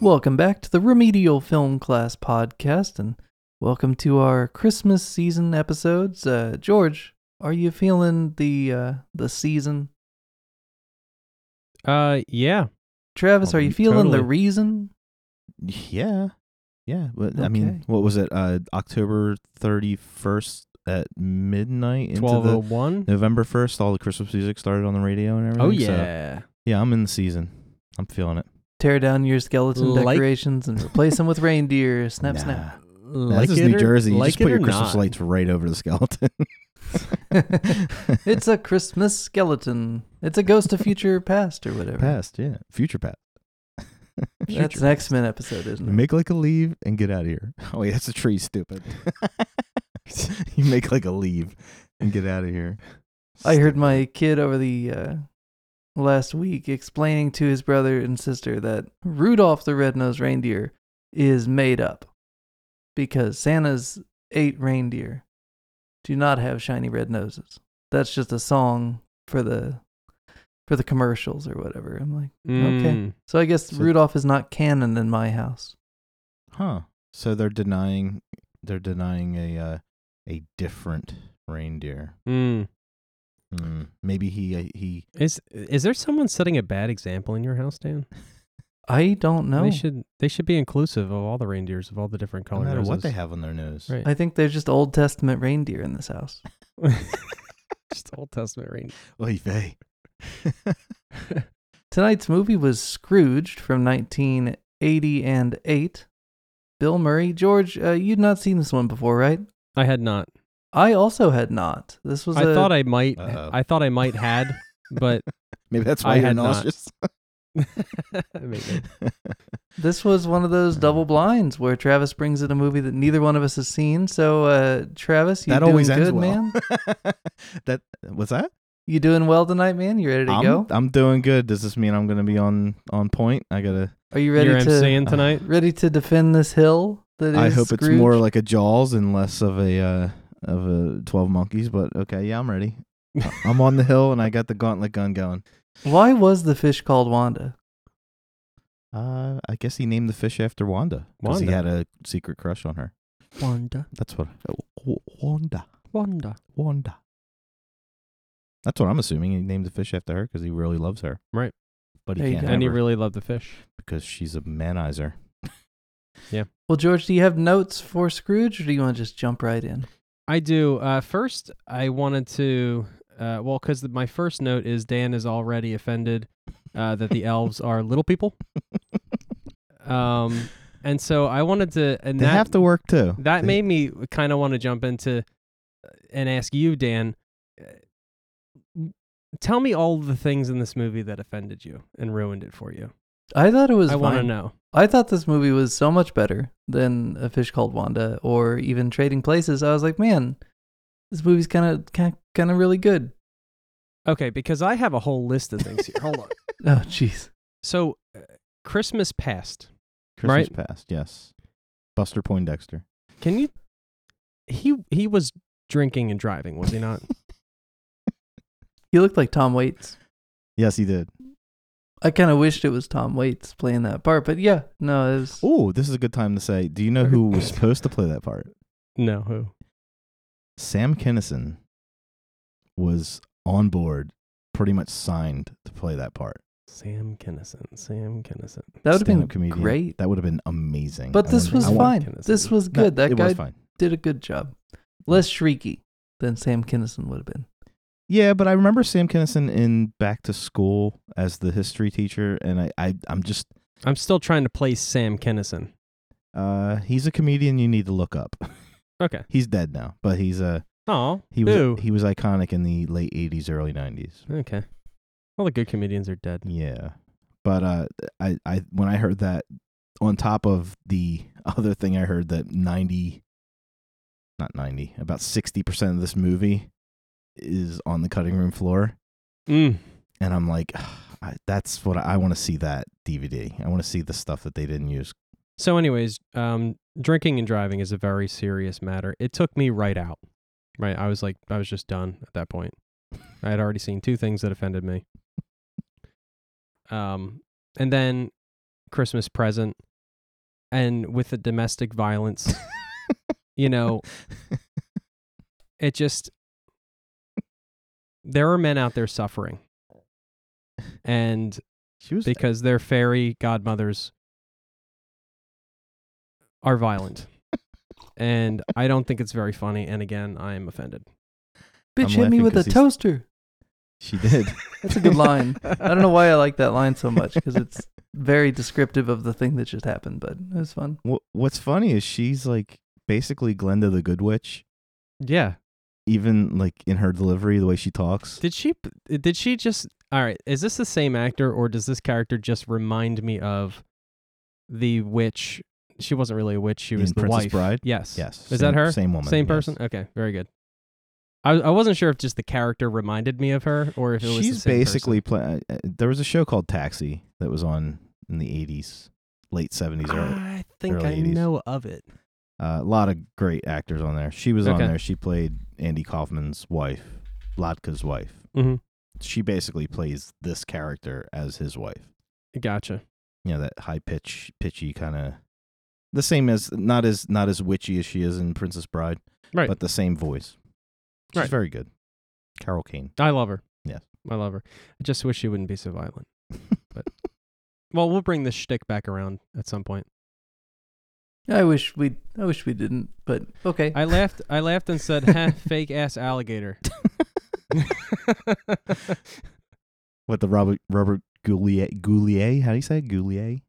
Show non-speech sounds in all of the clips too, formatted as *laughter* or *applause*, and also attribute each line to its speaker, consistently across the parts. Speaker 1: Welcome back to the Remedial Film Class podcast, and welcome to our Christmas season episodes. Uh, George, are you feeling the uh, the season?
Speaker 2: Uh, yeah,
Speaker 1: Travis,
Speaker 2: Oh,
Speaker 1: are you
Speaker 2: mm,
Speaker 1: feeling the
Speaker 2: totally.
Speaker 1: reason?
Speaker 3: Yeah. Yeah. But I mean,
Speaker 1: Okay.
Speaker 3: what was it? Uh October 31st at midnight into
Speaker 2: twelve oh
Speaker 3: the
Speaker 2: one.
Speaker 3: November 1st all the Christmas music started on the radio and everything.
Speaker 2: Oh
Speaker 3: so-
Speaker 2: yeah,
Speaker 3: yeah, I'm in the season. I'm feeling it.
Speaker 1: Tear down your skeleton
Speaker 2: Like-
Speaker 1: decorations and replace them with
Speaker 2: *laughs*
Speaker 1: reindeer. Snap,
Speaker 3: Nah.
Speaker 1: snap.
Speaker 3: Nah,
Speaker 2: like
Speaker 3: this
Speaker 2: it
Speaker 3: is New
Speaker 2: or-
Speaker 3: Jersey. You
Speaker 2: like
Speaker 3: just put
Speaker 2: it
Speaker 3: your
Speaker 2: or
Speaker 3: Christmas
Speaker 2: not.
Speaker 3: lights right over the skeleton.
Speaker 1: It's a Christmas skeleton. It's a ghost of future past or whatever.
Speaker 3: *laughs* past, yeah. Future past. *laughs*
Speaker 1: That's an X Men episode, isn't it?
Speaker 3: Make like a leave and get out of here. *laughs* Oh wait, that's a
Speaker 2: *laughs*
Speaker 3: tree, stupid. *laughs* you make like a leave and get out of here.
Speaker 1: I heard my kid over the uh, last week explaining to his brother and sister that Rudolph the Red-Nosed Reindeer is made up because Santa's eight reindeer do not have shiny red noses. That's just a song for the for the commercials or whatever. I'm like,
Speaker 2: Mm.
Speaker 1: so I guess
Speaker 3: So-
Speaker 1: Rudolph is not canon in my house.
Speaker 3: Huh. So they're denying they're denying a uh, a different reindeer.
Speaker 2: Mm.
Speaker 3: Hmm. Maybe he uh, he
Speaker 2: Is is there someone setting a bad example in your house, Dan?
Speaker 1: I don't know.
Speaker 2: They should they should be inclusive of all the reindeers of all the different
Speaker 3: no
Speaker 2: color
Speaker 3: matter
Speaker 2: noses.
Speaker 3: what they have on their nose.
Speaker 2: Right.
Speaker 1: I think there's just Old Testament reindeer in this house.
Speaker 2: *laughs* Just Old Testament reindeer.
Speaker 3: Oy vey. *laughs*
Speaker 1: Tonight's movie was Scrooged from 1980 and 8. Bill Murray. George, uh, you'd not seen this one before, right?
Speaker 2: I had not.
Speaker 1: I also had not. This was
Speaker 2: I
Speaker 1: a-
Speaker 2: thought I might.
Speaker 3: Uh-oh.
Speaker 2: I thought I might had,
Speaker 3: *laughs*
Speaker 2: but
Speaker 3: Maybe that's
Speaker 2: I
Speaker 3: why you're
Speaker 2: had not.
Speaker 3: nauseous. *laughs*
Speaker 2: maybe.
Speaker 1: this was one of those double blinds where Travis brings in a movie that neither one of us has seen. So, uh, Travis, you
Speaker 3: that
Speaker 1: doing
Speaker 3: always
Speaker 1: good,
Speaker 3: ends well.
Speaker 1: man?
Speaker 3: *laughs* that what's that?
Speaker 1: You doing well tonight, man? You ready to
Speaker 3: I'm,
Speaker 1: go?
Speaker 3: I'm doing good. Does this mean I'm gonna be on on point? I gotta.
Speaker 1: Are you ready
Speaker 2: You're
Speaker 1: to
Speaker 2: MCing tonight.
Speaker 1: ready to defend this hill? That is
Speaker 3: I hope it's
Speaker 1: Scrooge?
Speaker 3: more like a Jaws and less of a uh, of a Twelve Monkeys. But okay, yeah, I'm ready. I- *laughs* I'm on the hill and I got the gauntlet gun going.
Speaker 1: Why was the fish called Wanda?
Speaker 3: Uh, I guess he named the fish after Wanda because he
Speaker 2: Wanda.
Speaker 3: had a secret crush on her.
Speaker 2: Wanda,
Speaker 3: That's what W- Wanda,
Speaker 2: Wanda.
Speaker 3: Wanda. That's what I'm assuming. He named the fish after her because he really loves her.
Speaker 2: Right.
Speaker 3: But he
Speaker 1: There you go.
Speaker 3: can't have
Speaker 2: And he
Speaker 3: her
Speaker 2: really loved the fish.
Speaker 3: because she's a manizer.
Speaker 1: Well, George, do you have notes for Scrooge, or do you want to just jump right in?
Speaker 2: I do. Uh, first, I wanted to, uh, well, because my first note is Dan is already offended uh,
Speaker 3: *laughs*
Speaker 2: that the elves are little people, um, and so I wanted to, and
Speaker 3: They
Speaker 2: that
Speaker 3: have to work too.
Speaker 2: that
Speaker 3: They- *laughs*
Speaker 2: made me kind of want to jump into uh, and ask you, Dan. uh, Tell me all the things in this movie that offended you and ruined it for you.
Speaker 1: I thought it was.
Speaker 2: I want to
Speaker 1: fine.
Speaker 2: know.
Speaker 1: I thought this movie was so much better than A Fish Called Wanda or even Trading Places. I was like, man, this movie's kind of kind of really good. *laughs*
Speaker 2: Okay, because I have a whole list of
Speaker 3: *laughs*
Speaker 2: things here. Hold on.
Speaker 1: Oh, jeez.
Speaker 2: So, uh, Christmas past.
Speaker 3: Christmas past, yes. Buster Poindexter.
Speaker 2: Can you? He he was drinking and driving, was he
Speaker 3: *laughs*
Speaker 2: not?
Speaker 1: He looked like Tom Waits.
Speaker 3: Yes, he did.
Speaker 1: I kind of wished it was Tom Waits playing that part, but yeah, no, it was.
Speaker 3: Oh, this is a good time to say. Do you know who
Speaker 2: *laughs*
Speaker 3: was supposed to play that part?
Speaker 2: no. Who?
Speaker 3: Sam Kinison was on board, pretty much signed to play that part.
Speaker 2: Sam Kinison. Sam Kinison.
Speaker 1: That would have been
Speaker 3: Stand-up comedian.
Speaker 1: great.
Speaker 3: That would have been amazing.
Speaker 1: But
Speaker 3: I
Speaker 1: this
Speaker 3: wonder-
Speaker 1: was
Speaker 3: I want-
Speaker 1: fine.
Speaker 2: Kinison.
Speaker 1: This was
Speaker 3: No,
Speaker 1: good. that
Speaker 3: it
Speaker 1: guy
Speaker 3: was fine.
Speaker 1: did a good job. Less shrieky than Sam Kinison would have been.
Speaker 3: Yeah, but I remember Sam Kinison in Back to School as the history teacher, and I, I I'm just
Speaker 2: I'm still trying to place Sam Kinison.
Speaker 3: uh he's a comedian you need to look up. *laughs*
Speaker 2: Okay.
Speaker 3: He's dead now, but he's uh
Speaker 2: Oh.
Speaker 3: he was
Speaker 2: Boo.
Speaker 3: he was iconic in the late eighties, early nineties.
Speaker 2: Okay. All the good comedians are dead.
Speaker 3: Yeah. But uh I, I when I heard that on top of the *laughs* other thing I heard that ninety not ninety, about sixty percent of this movie is on the cutting room floor.
Speaker 2: Mm.
Speaker 3: and I'm like, I, that's what I, want to see that DVD. I want to see the stuff that they didn't use.
Speaker 2: So, anyways, um, drinking and driving is a very serious matter. It took me right out. Right. I was like, I was just done at that point. I had already seen two things that offended me. Um, and then Christmas present. and with the domestic violence, you know, it just there are men out there suffering. And
Speaker 3: She was
Speaker 2: because their fairy godmothers are
Speaker 3: *laughs*
Speaker 2: violent. and I don't think it's very funny. And again, I am offended.
Speaker 1: Bitch
Speaker 3: I'm
Speaker 1: hit me
Speaker 3: laughing
Speaker 1: with
Speaker 3: 'cause
Speaker 1: a
Speaker 3: he's-
Speaker 1: toaster.
Speaker 3: she did.
Speaker 1: *laughs* That's a good line. I don't know why I like that line so much because
Speaker 3: *laughs*
Speaker 1: it's very descriptive of the thing that just happened, but it was fun.
Speaker 3: Wh- What's funny is she's like basically Glenda the Good Witch,
Speaker 2: Yeah.
Speaker 3: even like in her delivery, the way she talks.
Speaker 2: Did she did she just all right, is this the same actor or does this character just remind me of the witch? She wasn't really a witch, she was
Speaker 3: In
Speaker 2: the
Speaker 3: Princess
Speaker 2: wife.
Speaker 3: Bride?
Speaker 2: Yes.
Speaker 3: Yes,
Speaker 2: Is
Speaker 3: same-
Speaker 2: that her?
Speaker 3: Same woman,
Speaker 2: Same
Speaker 3: yes.
Speaker 2: person? Okay, very good. I I wasn't sure if just the character reminded me of her or if it was the same
Speaker 3: She's
Speaker 2: person.
Speaker 3: basically playing. There was a show called Taxi that was on in the '80s, late '70s, or
Speaker 2: I think
Speaker 3: early
Speaker 2: I
Speaker 3: 80s.
Speaker 2: know of it.
Speaker 3: Uh, a lot of great actors on there. She was on
Speaker 2: Okay.
Speaker 3: there. She played Andy Kaufman's wife, Latka's wife.
Speaker 2: Mhm.
Speaker 3: She basically plays this character as his wife.
Speaker 2: Gotcha.
Speaker 3: You know that high pitch, pitchy kind of. The same as not as not as witchy as she is in Princess Bride,
Speaker 2: Right.
Speaker 3: but the same voice. She's
Speaker 2: Right.
Speaker 3: very good. Carol Kane.
Speaker 2: I love her.
Speaker 3: Yes.
Speaker 2: I love her. I just wish she wouldn't be so violent.
Speaker 3: *laughs*
Speaker 2: But well, we'll bring this shtick back around at some point.
Speaker 1: I wish we I wish we didn't, but okay.
Speaker 2: I laughed. I laughed and said,
Speaker 3: *laughs*
Speaker 2: "Heh, "Fake ass alligator."
Speaker 3: What the Robert Robert Goulier? Goulier? How do you say it? Goulier?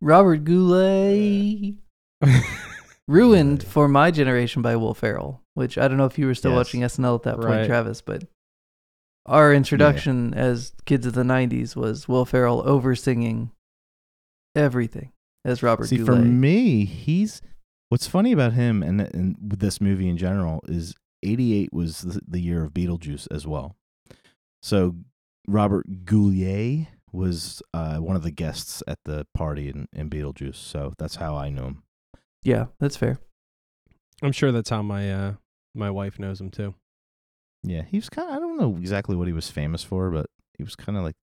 Speaker 1: Robert Goulet ruined
Speaker 3: Goulet.
Speaker 1: for my generation by Will Ferrell, which I don't know if you were still
Speaker 3: Yes.
Speaker 1: watching SNL at that
Speaker 2: Right.
Speaker 1: point, Travis, but our introduction as kids of the '90s was Will Ferrell over singing everything as Robert
Speaker 3: See, for
Speaker 1: Goulet.
Speaker 3: me, he's what's funny about him and and this movie in general is '88 was the, the year of Beetlejuice as well. So Robert Goulier was uh, one of the guests at the party in, in Beetlejuice, so that's how I knew him.
Speaker 1: yeah, that's fair.
Speaker 2: I'm sure that's how my uh, my wife knows him too.
Speaker 3: Yeah, he was kind. of I don't know exactly what he was famous for, but he was kind of like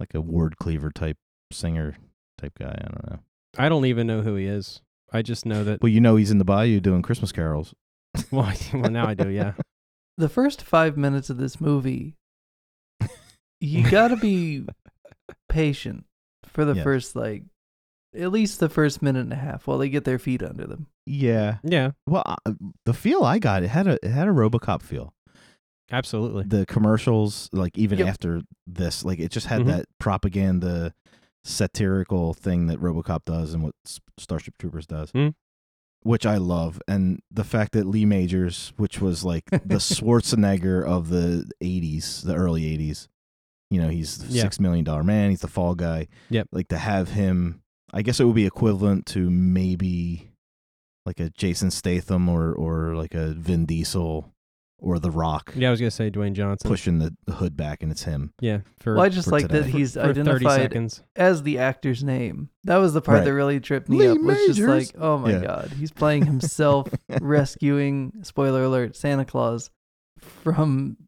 Speaker 3: like a word cleaver type singer type guy. I don't know.
Speaker 2: I don't even know who he is. I just know that.
Speaker 3: Well, you know, he's in the bayou doing Christmas carols.
Speaker 2: *laughs* Well, well now I do.
Speaker 3: *laughs*
Speaker 2: Yeah.
Speaker 1: The first five minutes of this movie,
Speaker 3: *laughs*
Speaker 1: you gotta be patient for the
Speaker 3: Yes.
Speaker 1: first like at least the first minute and a half while they get their feet under them.
Speaker 3: Yeah.
Speaker 2: Yeah.
Speaker 3: Well, I- the feel I got it had a it had a RoboCop feel.
Speaker 2: Absolutely.
Speaker 3: The commercials, like even
Speaker 1: Yep.
Speaker 3: after this, like it just had
Speaker 2: Mhm.
Speaker 3: that propaganda, satirical thing that RoboCop does and what S- Starship Troopers does,
Speaker 2: Mm.
Speaker 3: which I love. And the fact that Lee Majors, which was like
Speaker 2: *laughs*
Speaker 3: the Schwarzenegger of the '80s, the early '80s, you know, he's the
Speaker 2: Yeah.
Speaker 3: six million dollar man, he's the fall guy.
Speaker 2: Yep.
Speaker 3: Like to have him, I guess it would be equivalent to maybe like a Jason Statham or or like a Vin Diesel or The Rock
Speaker 2: Yeah, I was gonna say Dwayne Johnson.
Speaker 3: pushing the the hood back, and it's him.
Speaker 2: Yeah. For
Speaker 1: well, I just
Speaker 3: for
Speaker 1: like that
Speaker 3: today.
Speaker 1: he's
Speaker 2: for 30
Speaker 1: identified
Speaker 2: seconds.
Speaker 1: as the actor's name. That was the part
Speaker 3: Right.
Speaker 1: that really tripped me
Speaker 3: Lee
Speaker 1: up. Was just
Speaker 3: Majors.
Speaker 1: like, oh my
Speaker 3: Yeah.
Speaker 1: god, he's playing
Speaker 3: *laughs*
Speaker 1: himself
Speaker 3: Oh,
Speaker 1: rescuing. Spoiler alert: Santa Claus from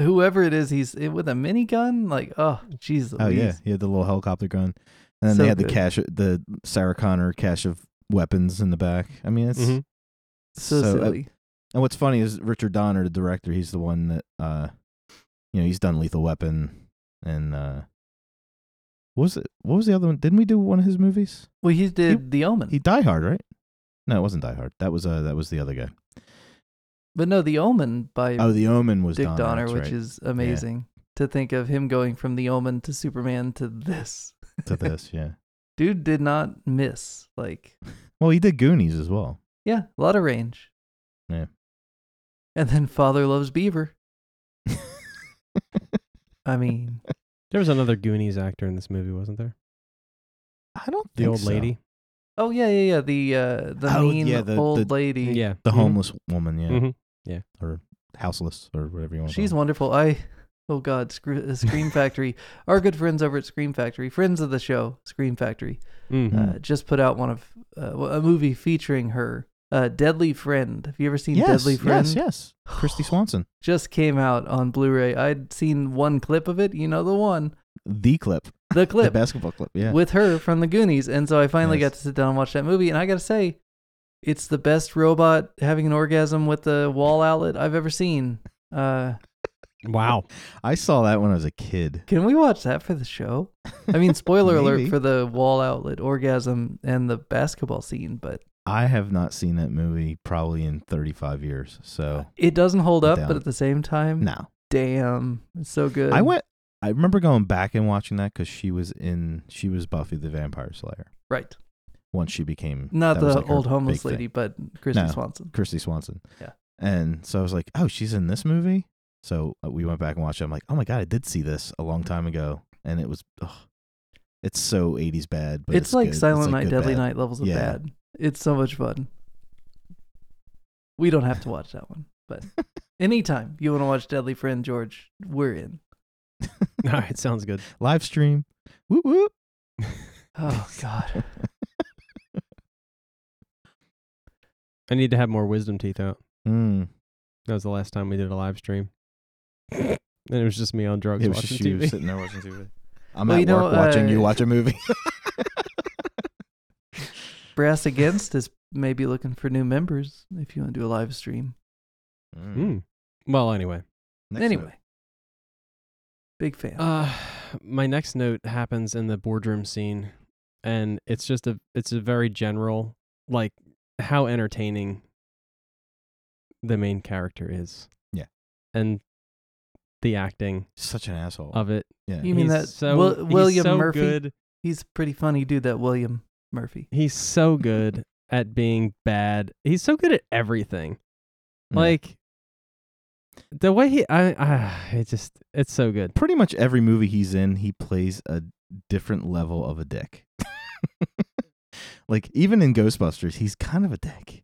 Speaker 1: whoever it is. He's it, with a minigun. Like, oh, jeez,
Speaker 3: Oh yeah,
Speaker 1: Louise.
Speaker 3: he had the little helicopter gun, and then
Speaker 1: So
Speaker 3: they had the
Speaker 1: good.
Speaker 3: cache, the Sarah Connor cache of weapons in the back. I mean, it's
Speaker 2: Mhm.
Speaker 1: so,
Speaker 3: so, uh,
Speaker 1: silly.
Speaker 3: and what's funny is Richard Donner, the director, he's the one that uh, you know, he's done Lethal Weapon and uh, what was it? What was the other one? Didn't we do one of his movies?
Speaker 1: well, he did The Omen,
Speaker 3: He Die Hard, right? No, it wasn't Die Hard. That was uh, that was the other guy.
Speaker 1: but no, The Omen by
Speaker 3: Oh, The Omen was
Speaker 1: Dick
Speaker 3: Donner,
Speaker 1: Donner,
Speaker 3: that's
Speaker 1: which
Speaker 3: right,
Speaker 1: is amazing. To think of him going from The Omen to Superman to this *laughs*
Speaker 3: to this, yeah.
Speaker 1: dude did not miss. Like,
Speaker 3: Well, he did Goonies as well. *laughs*
Speaker 1: Yeah, a lot of range.
Speaker 3: Yeah.
Speaker 1: And then Father Loves Beaver. I
Speaker 3: *laughs*
Speaker 1: mean,
Speaker 2: There was another Goonies actor in this movie, wasn't there?
Speaker 3: I don't
Speaker 2: The
Speaker 3: think
Speaker 2: old
Speaker 3: so.
Speaker 2: lady.
Speaker 1: oh yeah, yeah, yeah. The uh, the
Speaker 3: Oh,
Speaker 1: mean
Speaker 3: yeah, the-
Speaker 1: old
Speaker 3: the-
Speaker 1: lady.
Speaker 2: Yeah.
Speaker 3: the
Speaker 2: Mhm.
Speaker 1: Mm-hmm.
Speaker 3: homeless woman, yeah,
Speaker 2: Mhm.
Speaker 3: houseless or whatever you want. to
Speaker 1: She's
Speaker 3: call
Speaker 1: wonderful. I oh god,
Speaker 3: *laughs*
Speaker 1: screw, uh, Scream Factory. Our good friends over at Scream Factory, friends of the show, Scream Factory,
Speaker 2: Mm.
Speaker 3: Mhm.
Speaker 1: uh, just put out one of uh, well, a movie featuring her. Uh, Deadly Friend. Have you ever
Speaker 3: it.
Speaker 1: seen
Speaker 3: yes,
Speaker 1: Deadly Friend?
Speaker 3: yes, yes. *sighs*
Speaker 1: *sighs*
Speaker 3: Christy Swanson,
Speaker 1: Just came out on Blu-ray. I'd seen one clip of it. You know the one.
Speaker 3: *laughs* the clip.
Speaker 1: the clip
Speaker 3: The basketball clip. Yeah.
Speaker 1: with her from the Goonies. And so I finally
Speaker 3: Nice.
Speaker 1: got to sit down and watch that movie. And I got to say, it's the best robot having an orgasm with the wall outlet I've ever seen. Uh,
Speaker 2: Wow.
Speaker 3: I saw that when I was a kid.
Speaker 1: can we watch that for the show? I mean,
Speaker 3: *laughs*
Speaker 1: spoiler alert
Speaker 3: Maybe.
Speaker 1: for the wall outlet orgasm and the basketball scene, but
Speaker 3: I have not seen that movie probably in 35 years. So,
Speaker 1: it doesn't hold
Speaker 3: I'm
Speaker 1: up.
Speaker 3: down.
Speaker 1: But at the same time,
Speaker 3: no.
Speaker 1: damn, it's so good.
Speaker 3: I went I remember going back and watching that cuz she was in she was Buffy the Vampire Slayer
Speaker 1: right,
Speaker 3: once she became
Speaker 1: not
Speaker 3: that was
Speaker 1: the
Speaker 3: like her
Speaker 1: old
Speaker 3: big
Speaker 1: homeless
Speaker 3: thing.
Speaker 1: lady, but Christy
Speaker 3: No.
Speaker 1: Swanson.
Speaker 3: Christy Swanson.
Speaker 1: Yeah.
Speaker 3: And so I was like, "Oh, she's in this movie?" So uh, we went back and watched it. I'm like, "Oh my god, I did see this a long time ago." And it was ugh, it's so 80s bad, but
Speaker 1: It's, like
Speaker 3: good.
Speaker 1: Silent Night,
Speaker 3: like good
Speaker 1: Deadly
Speaker 3: bad.
Speaker 1: Night levels of
Speaker 3: Yeah.
Speaker 1: bad. It's so much fun. We don't have to watch that one, but anytime you want to watch Deadly Friend George, we're in.
Speaker 2: *laughs* All right. Sounds good.
Speaker 3: *laughs* Live stream. Whoop whoop.
Speaker 1: *laughs* Oh God,
Speaker 2: I need to have more wisdom teeth out.
Speaker 3: *laughs* Mm.
Speaker 2: That was the last time we did a live stream. and it was just me on drugs
Speaker 3: It was
Speaker 2: watching
Speaker 3: just you
Speaker 2: *laughs* TV.
Speaker 3: sitting there watching TV. I'm
Speaker 1: *laughs* Well,
Speaker 3: at
Speaker 1: you know,
Speaker 3: work watching you
Speaker 1: uh,
Speaker 3: watch a movie.
Speaker 1: *laughs*
Speaker 3: *laughs*
Speaker 1: Brass Against is maybe looking for new members if you want to do a live stream.
Speaker 2: Mm. Well, anyway.
Speaker 3: Next
Speaker 1: anyway,
Speaker 3: note.
Speaker 1: big fan.
Speaker 2: Uh, my next note happens in the boardroom scene, and it's just a it's a very general like how entertaining the main character is.
Speaker 3: Yeah.
Speaker 2: and the acting
Speaker 3: such an asshole.
Speaker 2: of it.
Speaker 3: yeah.
Speaker 1: You mean
Speaker 2: He's
Speaker 1: that
Speaker 2: so
Speaker 1: Wil-
Speaker 2: he's
Speaker 1: William
Speaker 2: so
Speaker 1: Murphy?
Speaker 2: Good.
Speaker 1: He's a pretty funny dude, that William Murphy.
Speaker 2: He's so good at being bad. He's so good at everything.
Speaker 3: Mm.
Speaker 2: Like the way he, I, I, it just, it's so good.
Speaker 3: pretty much every movie he's in, he plays a different level of a dick. *laughs* like even in Ghostbusters, he's kind of a dick.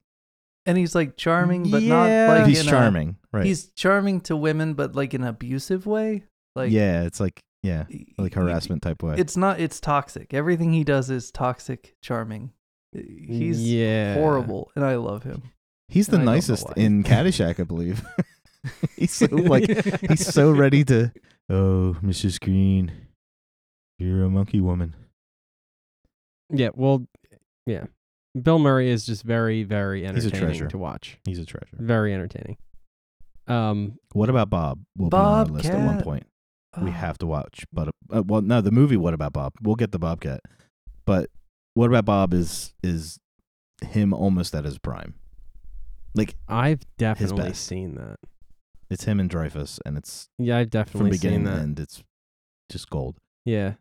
Speaker 1: And he's like charming, but
Speaker 3: Yeah.
Speaker 1: not like
Speaker 3: he's
Speaker 1: in a-
Speaker 3: charming, right?
Speaker 1: He's charming to women, but like in an abusive way. Like
Speaker 3: yeah, it's like yeah,
Speaker 1: he-
Speaker 3: like
Speaker 1: he-
Speaker 3: harassment type way.
Speaker 1: It's not. It's toxic. Everything he does is toxic, charming. He's
Speaker 2: yeah. *laughs*
Speaker 1: horrible, and I love him.
Speaker 3: he's
Speaker 1: I
Speaker 3: the
Speaker 1: don't know
Speaker 3: nicest
Speaker 1: why. *laughs*
Speaker 3: in Caddyshack, I believe. *laughs* *laughs* he's so like he's so ready to. Oh, Mrs. Green, you're a monkey woman.
Speaker 2: *laughs* Yeah, well, yeah. Bill Murray is just very, very
Speaker 3: a
Speaker 2: entertaining
Speaker 3: treasure.
Speaker 2: to watch.
Speaker 3: He's a treasure.
Speaker 2: Very entertaining. Um,
Speaker 3: What about Bob? Will be on our list at one
Speaker 1: Bobcat.
Speaker 3: point. we
Speaker 1: Ah,
Speaker 3: have to watch. But uh, well, no, the movie. What about Bob? We'll get the Bobcat. But what about Bob is is him almost at his prime. Like
Speaker 2: I've definitely
Speaker 3: best.
Speaker 2: seen that.
Speaker 3: it's him and Dreyfus, and it's
Speaker 2: Yeah, I've
Speaker 3: from
Speaker 2: definitely seen
Speaker 3: beginning to
Speaker 2: that.
Speaker 3: end. It's just gold.
Speaker 2: Yeah,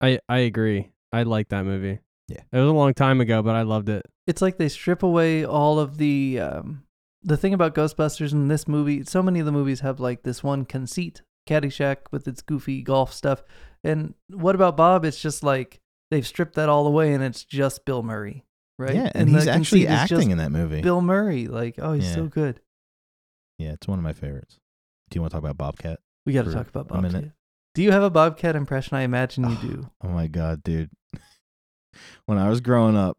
Speaker 2: I I agree. I like that movie.
Speaker 3: Yeah.
Speaker 2: it was a long time ago, but I loved it.
Speaker 1: It's like they strip away all of the. Um, the thing about Ghostbusters in this movie, so many of the movies have like this one conceit, Caddyshack with its goofy golf stuff, and what about Bob? It's just like they've stripped that all away, and it's just Bill Murray, right?
Speaker 3: Yeah, and, he's
Speaker 1: the
Speaker 3: actually
Speaker 1: conceit is just
Speaker 3: acting in that movie.
Speaker 1: Bill Murray, like, oh, he's
Speaker 3: Yeah.
Speaker 1: so good.
Speaker 3: yeah, it's one of my favorites. Do you want to talk about Bobcat?
Speaker 1: We got to
Speaker 3: For
Speaker 1: talk about
Speaker 3: a minute.
Speaker 1: Bobcat. Do you have a Bobcat impression? I imagine you do.
Speaker 3: Oh my god, dude. *laughs* when I was growing up,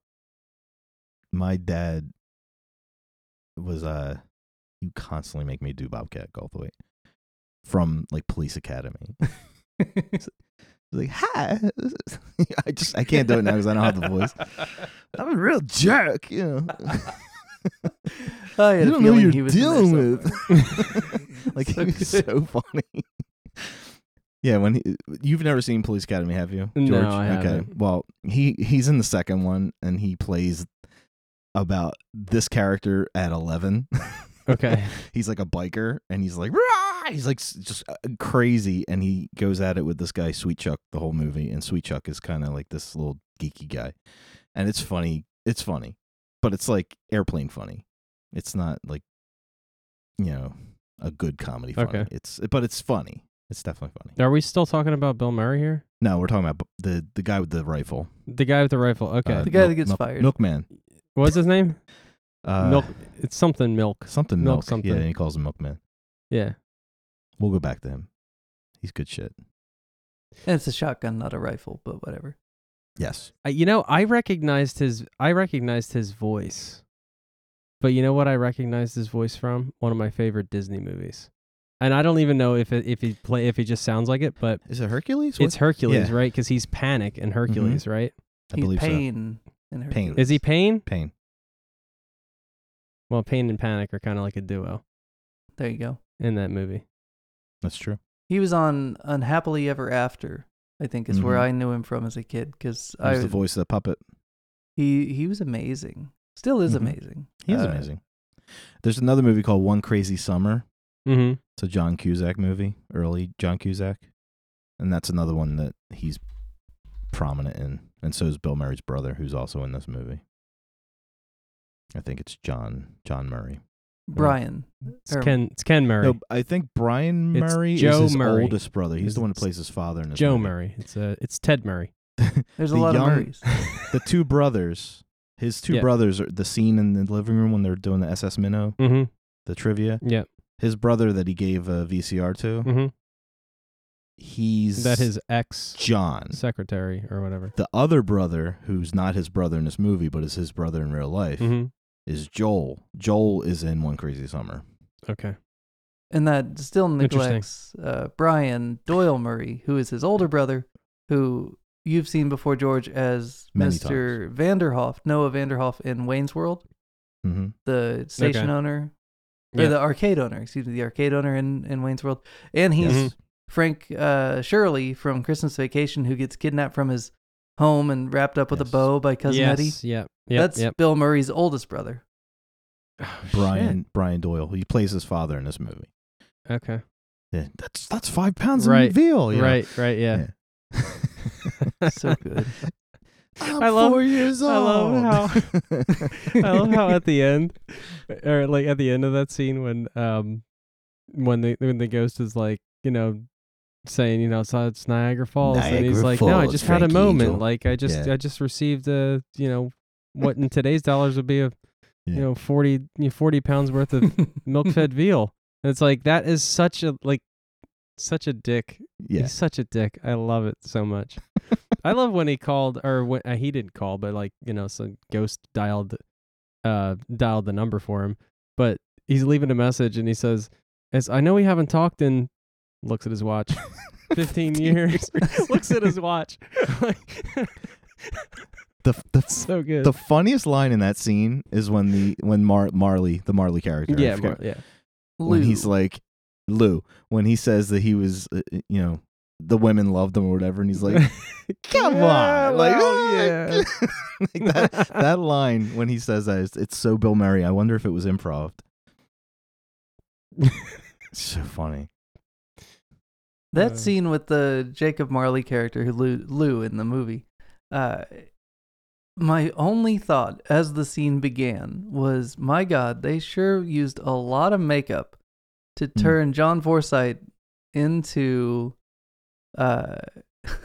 Speaker 3: my dad was uh you constantly make me do Bobcat Goldthwait from like Police Academy. He's like, hi. *laughs* I just I can't do it now because I don't have the
Speaker 1: *laughs*
Speaker 3: voice. I'm a real jerk, you know.
Speaker 1: *laughs* I had
Speaker 3: you
Speaker 1: a
Speaker 3: don't know what
Speaker 1: feeling
Speaker 3: you're
Speaker 1: he was in there
Speaker 3: dealing
Speaker 1: somewhere.
Speaker 3: with. *laughs* like
Speaker 1: So
Speaker 3: it was
Speaker 1: good.
Speaker 3: so funny. *laughs* yeah, when he, you've never seen Police Academy, have you, George?
Speaker 2: No, I
Speaker 3: okay.
Speaker 2: haven't.
Speaker 3: Well, he he's in the second one, and he plays about this character at eleven.
Speaker 2: Okay, *laughs*
Speaker 3: he's like a biker, and he's like. "Rah!" He's like s- just uh, crazy, and he goes at it with this guy Sweet Chuck the whole movie, and Sweet Chuck is kind of like this little geeky guy, and it's funny. It's funny, but it's like airplane funny. It's not like you know a good comedy funny.
Speaker 2: Okay.
Speaker 3: It's but it's funny. It's definitely funny.
Speaker 2: are we still talking about Bill Murray here?
Speaker 3: No, we're talking about b- the the guy with the rifle.
Speaker 2: The guy with the rifle. Okay,
Speaker 3: Uh,
Speaker 1: The guy that gets fired.
Speaker 3: Milkman.
Speaker 2: what's his name?
Speaker 3: Uh,
Speaker 2: milk. It's something milk.
Speaker 3: Something
Speaker 2: Milk
Speaker 3: milk.
Speaker 2: something.
Speaker 3: Yeah, and he calls him Milkman.
Speaker 2: Yeah.
Speaker 3: We'll go back to him. He's good shit.
Speaker 1: *laughs* And it's a shotgun, not a rifle, but whatever.
Speaker 3: Yes.
Speaker 2: I- you know i recognized his i recognized his voice but you know what i recognized his voice from one of my favorite disney movies and I don't even know if it, if he play if he just sounds like it, but
Speaker 3: Is it Hercules?
Speaker 2: it's Hercules,
Speaker 3: Yeah. Mm-hmm.
Speaker 2: right? Because he's panic and Hercules, right?
Speaker 3: I
Speaker 1: He's
Speaker 3: believe so.
Speaker 1: pain in her.
Speaker 3: Pain.
Speaker 2: Is he pain?
Speaker 3: Pain.
Speaker 2: Well, pain and panic are kind of like a duo
Speaker 1: There you go.
Speaker 2: in that movie.
Speaker 3: That's true.
Speaker 1: He was on Unhappily Ever After. I think is where
Speaker 3: Mhm.
Speaker 1: I knew him from as a kid because
Speaker 3: He was
Speaker 1: I
Speaker 3: the voice of the puppet.
Speaker 1: he he was amazing. Still is
Speaker 3: Mhm.
Speaker 1: amazing.
Speaker 3: He is
Speaker 1: Uh,
Speaker 3: amazing. There's another movie called One Crazy Summer.
Speaker 2: Mm-hmm.
Speaker 3: It's a John Cusack movie, early John Cusack, and that's another one that he's prominent in, and so is Bill Murray's brother, who's also in this movie. I think it's John John Murray.
Speaker 1: Brian.
Speaker 2: It's
Speaker 1: Or-
Speaker 2: Ken. It's Ken Murray.
Speaker 3: No, I think Brian
Speaker 2: It's
Speaker 3: Murray
Speaker 2: Joe
Speaker 3: is his
Speaker 2: Murray.
Speaker 3: oldest brother. He's
Speaker 2: It's-
Speaker 3: the one who plays his father in this
Speaker 2: Joe
Speaker 3: movie.
Speaker 2: Murray. It's uh, it's Ted Murray.
Speaker 1: There's a
Speaker 3: the
Speaker 1: lot
Speaker 3: young-
Speaker 1: of
Speaker 3: *laughs*
Speaker 1: Murrays.
Speaker 3: The two brothers, his two
Speaker 2: Yeah.
Speaker 3: brothers, are the scene in the living room when they're doing the SS Minnow,
Speaker 2: hmm
Speaker 3: the trivia.
Speaker 2: Yeah.
Speaker 3: His brother that he gave a VCR to,
Speaker 2: hmm
Speaker 3: he's
Speaker 2: That his ex
Speaker 3: John.
Speaker 2: secretary or whatever.
Speaker 3: The other brother, who's not his brother in this movie, but is his brother in real life,
Speaker 2: hmm
Speaker 3: is Joel. Joel is in One Crazy Summer.
Speaker 2: Okay.
Speaker 1: and that still
Speaker 2: Interesting.
Speaker 1: neglects uh, Brian Doyle Murray, who is his older brother, who you've seen before George as
Speaker 3: Many
Speaker 1: Mr. Vanderhoff, Noah Vanderhoff in Wayne's World,
Speaker 3: Mm-hmm.
Speaker 1: the station
Speaker 2: Okay.
Speaker 1: owner, or
Speaker 2: Yeah.
Speaker 1: the arcade owner, excuse me, the arcade owner in, in Wayne's World, and he's
Speaker 2: Yes.
Speaker 1: Frank uh, Shirley from Christmas Vacation, who gets kidnapped from his home and wrapped up with a
Speaker 3: Yes.
Speaker 1: bow by cousin
Speaker 2: yes.
Speaker 1: Eddie.
Speaker 2: Yep. Yep.
Speaker 1: That's
Speaker 2: yep.
Speaker 1: Bill Murray's oldest brother.
Speaker 3: Brian Brian Doyle. He plays his father in this movie.
Speaker 2: Okay.
Speaker 3: Yeah, that's that's five pounds
Speaker 2: Right,
Speaker 3: of veal. you know?
Speaker 2: Right. Right. Yeah. *laughs*
Speaker 1: So good.
Speaker 3: *laughs* I'm
Speaker 2: I love-
Speaker 3: four years old.
Speaker 2: I
Speaker 3: *laughs*
Speaker 2: love
Speaker 3: how.
Speaker 2: I love how at the
Speaker 3: *laughs*
Speaker 2: end, or like at the end of that scene when um, when the when the ghost is like you know, saying you know it's, it's Niagara Falls and he's
Speaker 3: Niagara
Speaker 2: like no I
Speaker 3: Falls,
Speaker 2: just had a
Speaker 3: Frankie
Speaker 2: moment
Speaker 3: Angel."
Speaker 2: like I just
Speaker 3: Yeah.
Speaker 2: I just received a you know what in today's dollars would be a
Speaker 3: Yeah.
Speaker 2: you know 40, you know, 40 pounds worth
Speaker 3: *laughs*
Speaker 2: of milk fed veal and it's like that is such a like such a dick
Speaker 3: yeah.
Speaker 2: He's such a dick. I love it so much. I love when he called, or when uh, he didn't call, but like you know, some ghost dialed, uh, dialed the number for him. But he's leaving a message, and he says, "As I know we haven't talked in," looks at his
Speaker 3: *laughs*
Speaker 2: watch, fifteen years. *laughs* looks at his watch, like *laughs*
Speaker 3: The the,
Speaker 2: so good.
Speaker 3: the funniest line in that scene is when the when Mar- Marley the Marley character I
Speaker 2: yeah,
Speaker 3: forget-
Speaker 2: Mar- yeah.
Speaker 1: Lou.
Speaker 3: when he's like Lou when he says that he was uh, uh, you know the women loved him or whatever and he's *laughs* like come
Speaker 2: Yeah,
Speaker 3: on *laughs* like,
Speaker 2: well,
Speaker 3: "Ah." like *laughs* that that line when he says that it's, it's so Bill Murray I wonder if it was improv *laughs* so funny
Speaker 1: That
Speaker 2: Uh,
Speaker 1: scene with the Jacob Marley character, who Lou, Lou in the movie, uh, my only thought as the scene began was, my God, they sure used a lot of makeup to
Speaker 3: Hmm.
Speaker 1: turn John Forsythe into. Uh, *laughs*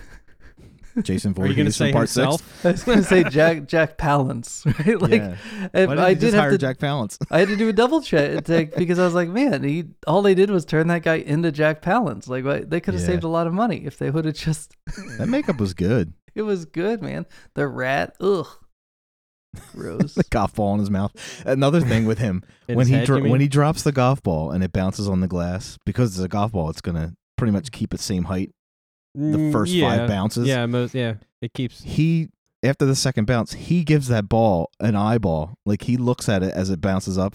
Speaker 3: Jason
Speaker 2: Are you gonna
Speaker 3: Voorhees from
Speaker 2: say
Speaker 3: part *laughs*
Speaker 2: himself?
Speaker 1: I was gonna say Jack Jack Palance, *laughs* right? Like,
Speaker 3: Yeah.
Speaker 1: if
Speaker 3: six Why didn't
Speaker 1: I
Speaker 3: you
Speaker 1: did
Speaker 3: just
Speaker 1: have
Speaker 3: hire
Speaker 1: to
Speaker 3: Jack Palance
Speaker 1: I had to do a double check take because I was like, man, he all they did was turn that guy into Jack Palance. Like, why- they could have
Speaker 3: Yeah.
Speaker 1: saved a lot of money if they would have just.
Speaker 3: *laughs*
Speaker 1: *laughs*
Speaker 3: that makeup was good
Speaker 1: It was good, man. The rat, ugh,
Speaker 3: *laughs*
Speaker 1: gross.
Speaker 3: *laughs* the golf ball in his mouth another thing with him
Speaker 2: *laughs* In
Speaker 3: when
Speaker 2: his
Speaker 3: he
Speaker 2: head,
Speaker 3: dro-
Speaker 2: you mean?
Speaker 3: when he drops the golf ball and it bounces on the glass because it's a golf ball it's gonna pretty much keep its same height the
Speaker 2: Mm,
Speaker 3: first
Speaker 2: yeah.
Speaker 3: five bounces
Speaker 2: Yeah, most yeah. It keeps
Speaker 3: he after the second bounce he gives that ball an eyeball like he looks at it as it bounces up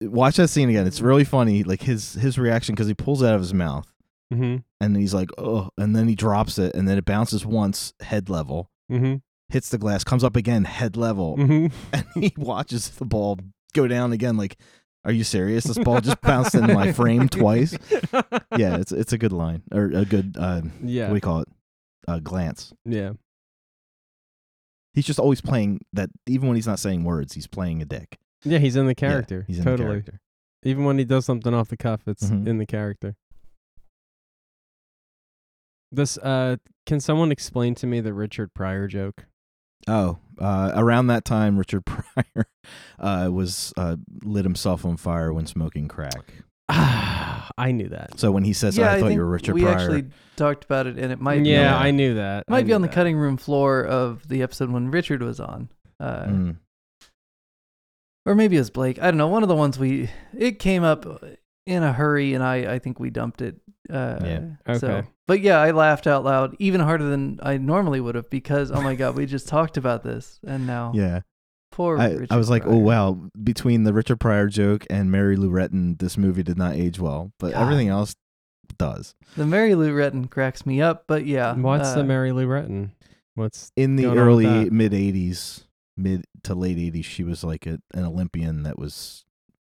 Speaker 3: watch that scene again it's really funny like his his reaction because he pulls it out of his mouth
Speaker 2: mm-hmm,
Speaker 3: and then he's like oh and then he drops it and then it bounces once head level
Speaker 2: mm-hmm,
Speaker 3: hits the glass comes up again head level
Speaker 2: mm-hmm.
Speaker 3: and *laughs* he watches the ball go down again like are you serious this ball just bounced into my
Speaker 2: *laughs*
Speaker 3: frame twice yeah it's it's a good line or a good uh, what
Speaker 2: yeah,
Speaker 3: do you call it a glance
Speaker 2: yeah.
Speaker 3: He's just always playing that, even when he's not saying words, he's playing a dick.
Speaker 2: Yeah, he's in the
Speaker 3: Yeah,
Speaker 2: character.
Speaker 3: he's in the
Speaker 2: totally.
Speaker 3: character.
Speaker 2: Even when he does something off the cuff, it's
Speaker 3: Mhm.
Speaker 2: in the character. This uh can someone explain to me the Richard Pryor joke?
Speaker 3: Oh, uh, around that time, Richard *laughs* Pryor uh, was uh, lit himself on fire when smoking crack.
Speaker 2: Ah, *sighs* I knew that.
Speaker 3: So when he says, that, "I, thought you were Richard
Speaker 1: we
Speaker 3: Pryor,"
Speaker 1: actually talked about it, and it might be
Speaker 2: yeah,
Speaker 1: on,
Speaker 2: I knew that. I
Speaker 1: might be
Speaker 2: knew
Speaker 1: on the
Speaker 2: that.
Speaker 1: cutting room floor of the episode when Richard was on. Uh,
Speaker 3: Mm.
Speaker 1: or maybe it was Blake. I don't know. One of the ones we it came up in a hurry, and I I think we dumped it. Uh,
Speaker 3: Yeah.
Speaker 1: So,
Speaker 2: Okay.
Speaker 1: but yeah, I laughed out loud even harder than I normally would have because oh my god, we just talked about this, and now
Speaker 3: Yeah.
Speaker 1: oh, poor
Speaker 3: I,
Speaker 1: Richard
Speaker 3: I was like, oh,
Speaker 1: Pryor.
Speaker 3: wow. Between the Richard Pryor joke and Mary Lou Retton, this movie did not age well, but
Speaker 1: God.
Speaker 3: everything else does.
Speaker 1: The Mary Lou Retton cracks me up, but yeah.
Speaker 2: What's
Speaker 1: uh,
Speaker 2: the Mary Lou Retton? What's
Speaker 3: In the
Speaker 2: Going on with
Speaker 3: early,
Speaker 2: that.
Speaker 3: mid 80s, mid to late 80s, she was like a, an Olympian that was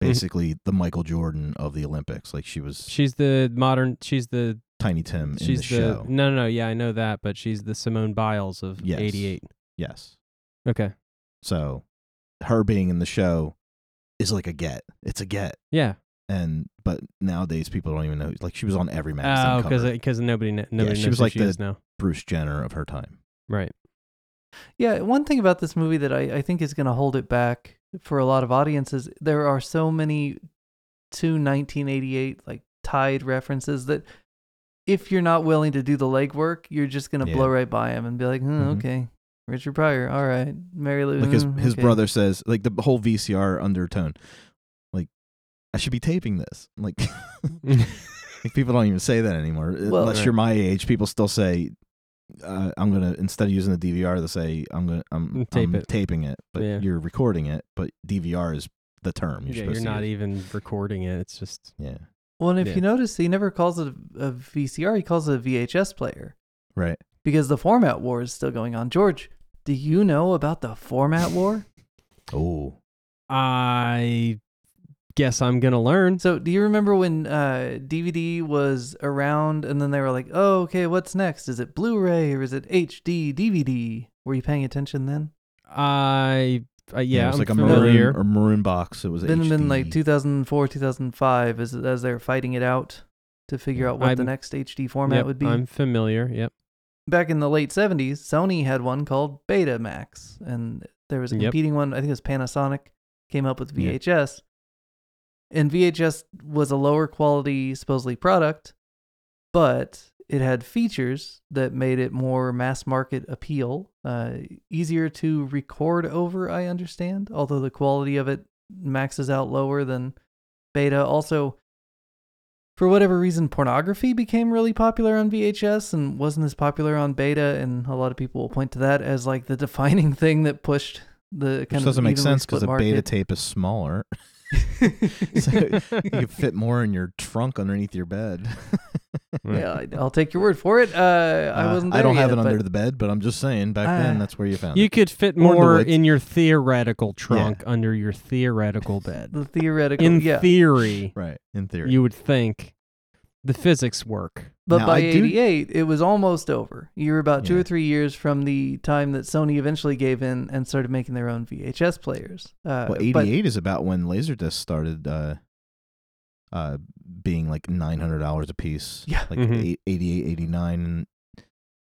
Speaker 2: Mm-hmm.
Speaker 3: basically the Michael Jordan of the Olympics. Like she was
Speaker 2: she's the modern? She's the
Speaker 3: Tiny Tim in
Speaker 2: she's
Speaker 3: the show.
Speaker 2: no no no yeah I know that but she's the Simone Biles of
Speaker 3: Yes.
Speaker 2: eighty eight.
Speaker 3: Yes.
Speaker 2: Okay.
Speaker 3: So her being in the show is like a get. It's a get.
Speaker 2: Yeah.
Speaker 3: And but nowadays people don't even know. Like she was on every magazine
Speaker 2: Oh,
Speaker 3: cover.
Speaker 2: because because nobody kn- nobody
Speaker 3: she
Speaker 2: knows
Speaker 3: was
Speaker 2: who
Speaker 3: like
Speaker 2: she
Speaker 3: the-
Speaker 2: is now.
Speaker 3: Bruce Jenner of her time.
Speaker 2: Right. *laughs*
Speaker 3: *laughs*
Speaker 1: Yeah, one thing about this movie that I, I think is going to hold it back for a lot of audiences, there are so many to 1988 like tied references that if you're not willing to do the legwork, you're just going to
Speaker 3: Yeah.
Speaker 1: blow right by him and be like, hmm,
Speaker 3: Mhm.
Speaker 1: okay, Richard Pryor, all right, Mary Lou.
Speaker 3: Like his
Speaker 2: Mm,
Speaker 1: hmm,
Speaker 3: his
Speaker 1: okay."
Speaker 3: brother says, like the whole VCR undertone. Like I should be taping this. Like, like, people don't even say that anymore. Uh,
Speaker 1: Well-
Speaker 3: Unless
Speaker 2: Right.
Speaker 3: you're my age, people still say. Uh, I'm gonna instead of using the DVR, they say I'm gonna I'm,
Speaker 2: Mm, Tape
Speaker 3: I'm
Speaker 2: it.
Speaker 3: taping it, but
Speaker 2: Yeah.
Speaker 3: you're recording it. But DVR is the term you're
Speaker 2: yeah,
Speaker 3: supposed
Speaker 2: you're
Speaker 3: to
Speaker 2: not e-,
Speaker 3: use.
Speaker 2: even recording it. It's just
Speaker 3: Yeah,
Speaker 1: Well, and if
Speaker 2: Yeah.
Speaker 1: you notice, he never calls it a, a VCR, he calls it a VHS player
Speaker 3: right.
Speaker 1: because the format war is still going on. George, do you know about the format war?
Speaker 3: Oh,
Speaker 2: I guess I'm gonna learn.
Speaker 1: So, do you remember when uh, DVD was around and then they were like, oh, okay, what's next? Is it Blu ray or is it HD DVD? Were you paying attention then?
Speaker 2: I uh, yeah,
Speaker 3: it was
Speaker 2: I'm
Speaker 3: like a
Speaker 2: familiar.
Speaker 3: maroon or maroon box. It was
Speaker 1: Then, then
Speaker 3: HD.
Speaker 1: like 2004, 2005, as, as they're fighting it out to figure out what the
Speaker 2: I'm-
Speaker 1: next HD format
Speaker 2: Yep,
Speaker 1: would be.
Speaker 2: I'm familiar. Yep.
Speaker 1: Back in the late 70s, Sony had one called Betamax, and there was a
Speaker 2: Yep.
Speaker 1: competing one. I think it was Panasonic came up with
Speaker 3: Yeah.
Speaker 1: VHS. And VHS was a lower quality, supposedly, product, but it had features that made it more mass market appeal, uh, easier to record over, I understand, although the quality of it maxes out lower than beta. Also, for whatever reason, pornography became really popular on VHS and wasn't as popular on beta, and a lot of people will point to that as like the *laughs* defining thing that pushed the kind
Speaker 3: which
Speaker 1: of
Speaker 3: doesn't make
Speaker 1: evenly
Speaker 3: sense because
Speaker 1: split
Speaker 3: the beta
Speaker 1: market.
Speaker 3: tape
Speaker 1: *laughs*
Speaker 3: is smaller. *laughs* so
Speaker 2: *laughs*
Speaker 3: you can fit more in your trunk underneath your bed.
Speaker 1: yeah, I- I'll take your word for it. Uh, I
Speaker 3: Uh,
Speaker 1: wasn't. There
Speaker 3: *laughs* I don't
Speaker 1: yet,
Speaker 3: have it
Speaker 1: but
Speaker 3: under the bed, but I'm just saying. Back
Speaker 1: Ah.
Speaker 3: then, that's where you found
Speaker 2: You
Speaker 3: it.
Speaker 2: could fit
Speaker 3: Or in the
Speaker 2: more
Speaker 3: woods.
Speaker 2: in your theoretical trunk under your theoretical
Speaker 3: *laughs*
Speaker 2: bed.
Speaker 1: the theoretical.
Speaker 2: In
Speaker 1: yeah,
Speaker 2: theory,
Speaker 3: Right in theory.
Speaker 2: you would think the physics work.
Speaker 1: but
Speaker 3: Now,
Speaker 1: by
Speaker 3: I do-
Speaker 1: '88, it was almost over. You were about two
Speaker 3: Yeah.
Speaker 1: or three years from the time that Sony eventually gave in and started making their own VHS players. Uh,
Speaker 3: well,
Speaker 1: but-
Speaker 3: 88 is about when laserdisc started. Uh, uh, being like nine hundred dollars a piece.
Speaker 1: Yeah.
Speaker 3: like
Speaker 2: Mhm.
Speaker 3: eight- 88, 89 and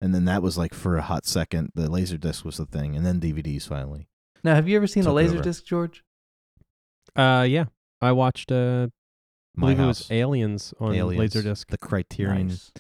Speaker 3: and then that was like for a hot second. The laserdisc was the thing, and then DVDs finally.
Speaker 1: now, have you ever seen a
Speaker 3: Took
Speaker 1: laser
Speaker 3: over.
Speaker 1: disc, George?
Speaker 2: Uh, yeah. I watched uh, I
Speaker 3: My
Speaker 2: believe it was
Speaker 3: house,
Speaker 2: Aliens on
Speaker 3: Aliens,
Speaker 2: Laserdisc.
Speaker 3: the Criterion
Speaker 1: Nice.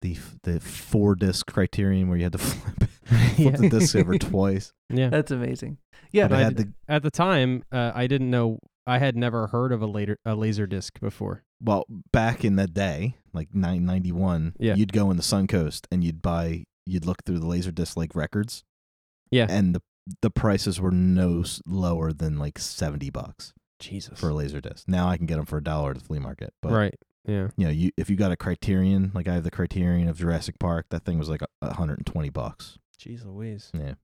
Speaker 3: the f- the four disc criterion where you had to *laughs* flip,
Speaker 1: *laughs*
Speaker 3: flip the disc over twice.
Speaker 2: Yeah.
Speaker 1: That's amazing. Yeah,
Speaker 3: But I
Speaker 2: I
Speaker 3: had
Speaker 2: did-
Speaker 3: the
Speaker 2: At the time, uh, I didn't know. I had never heard of a later a laser disc before.
Speaker 3: well back in the day, like nine ninety one.
Speaker 2: Yeah.
Speaker 3: you'd go in the Suncoast and you'd buy. You'd look through the laser disc like records.
Speaker 2: Yeah.
Speaker 3: and the the prices were no s- lower than like seventy bucks
Speaker 2: Jesus.
Speaker 3: for a laser disc. Now I can get them for a dollar at the flea market. But
Speaker 2: right. Yeah.
Speaker 3: you know, you if you got a Criterion, like I have the Criterion of Jurassic Park, that thing was like a hundred and twenty bucks.
Speaker 2: Jeez Louise.
Speaker 3: Yeah,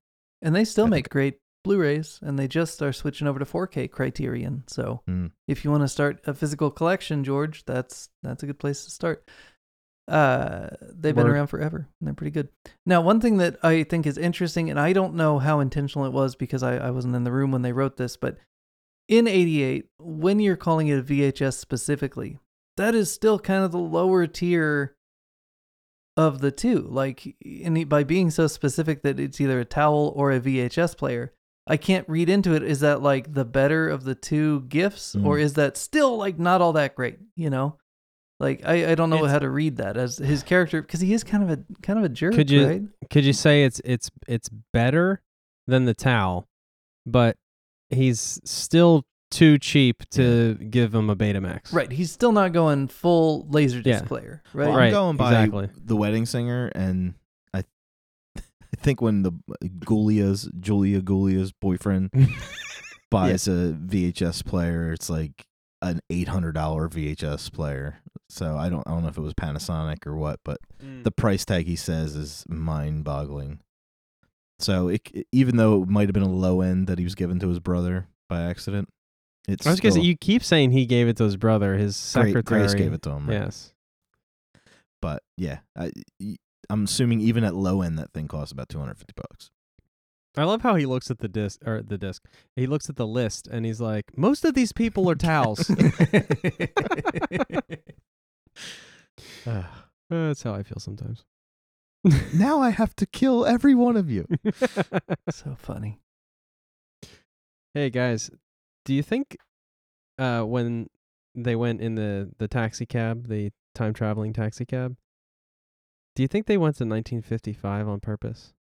Speaker 1: and they still
Speaker 3: I
Speaker 1: make great Blu-rays, and they just are switching over to 4K Criterion. So.
Speaker 3: Mm.
Speaker 1: if you want to start a physical collection, George, that's that's a good place to start. Uh, they've been
Speaker 2: Word.
Speaker 1: around forever and they're pretty good. Now, one thing that I think is interesting, and I don't know how intentional it was because I, I wasn't in the room when they wrote this, but in 88, when you're calling it a VHS specifically, that is still kind of the lower tier of the two. Like, and it- by being so specific that it's either a towel or a VHS player, I can't read into it. Is that like the better of the two gifts,
Speaker 2: Hmm.
Speaker 1: or
Speaker 3: Mhm.
Speaker 1: is that still like not all that great? You know, like I, I don't know
Speaker 2: It's-
Speaker 1: how to read that as his character because he is kind of a kind of a jerk,
Speaker 2: Could you-
Speaker 1: right?
Speaker 2: Could you say it's it's it's better than the towel, but he's still too cheap to give him a Betamax.
Speaker 1: Right. He's still not going full laser
Speaker 2: Yeah.
Speaker 1: disc player, right?
Speaker 3: Well, I'm
Speaker 2: Right,
Speaker 3: going by
Speaker 2: exactly.
Speaker 3: the wedding singer, and I, *laughs* I think when the uh, Gulia's Julia Gulia's
Speaker 2: *laughs*
Speaker 3: boyfriend buys a VHS player, it's like an eight hundred dollar VHS player. So I don't I don't know if it was Panasonic or what, but
Speaker 2: Hmm. Mm.
Speaker 3: the price tag he says is mind boggling. So it, even though it might have been a low end that he was given to his brother by accident, it's
Speaker 2: I was gonna say
Speaker 3: still-
Speaker 2: you keep saying he gave it to his brother, his secretary.
Speaker 3: Gra- Grace gave it to him. right?
Speaker 2: Yes.
Speaker 3: but yeah, I, am assuming even at low end that thing costs about 250
Speaker 2: *sighs*
Speaker 3: bucks.
Speaker 2: I love how he looks at the disc or the disc. He looks at the list and he's like, "Most of these people are
Speaker 3: *laughs*
Speaker 2: towels." Uh, that's how I feel
Speaker 3: *laughs*
Speaker 2: sometimes.
Speaker 3: now I have to kill every one of you.
Speaker 1: *laughs* so funny.
Speaker 2: *laughs* hey guys, do you think uh, when they went in the the taxi cab, the time traveling taxi cab, do you think they went to 1955 on purpose?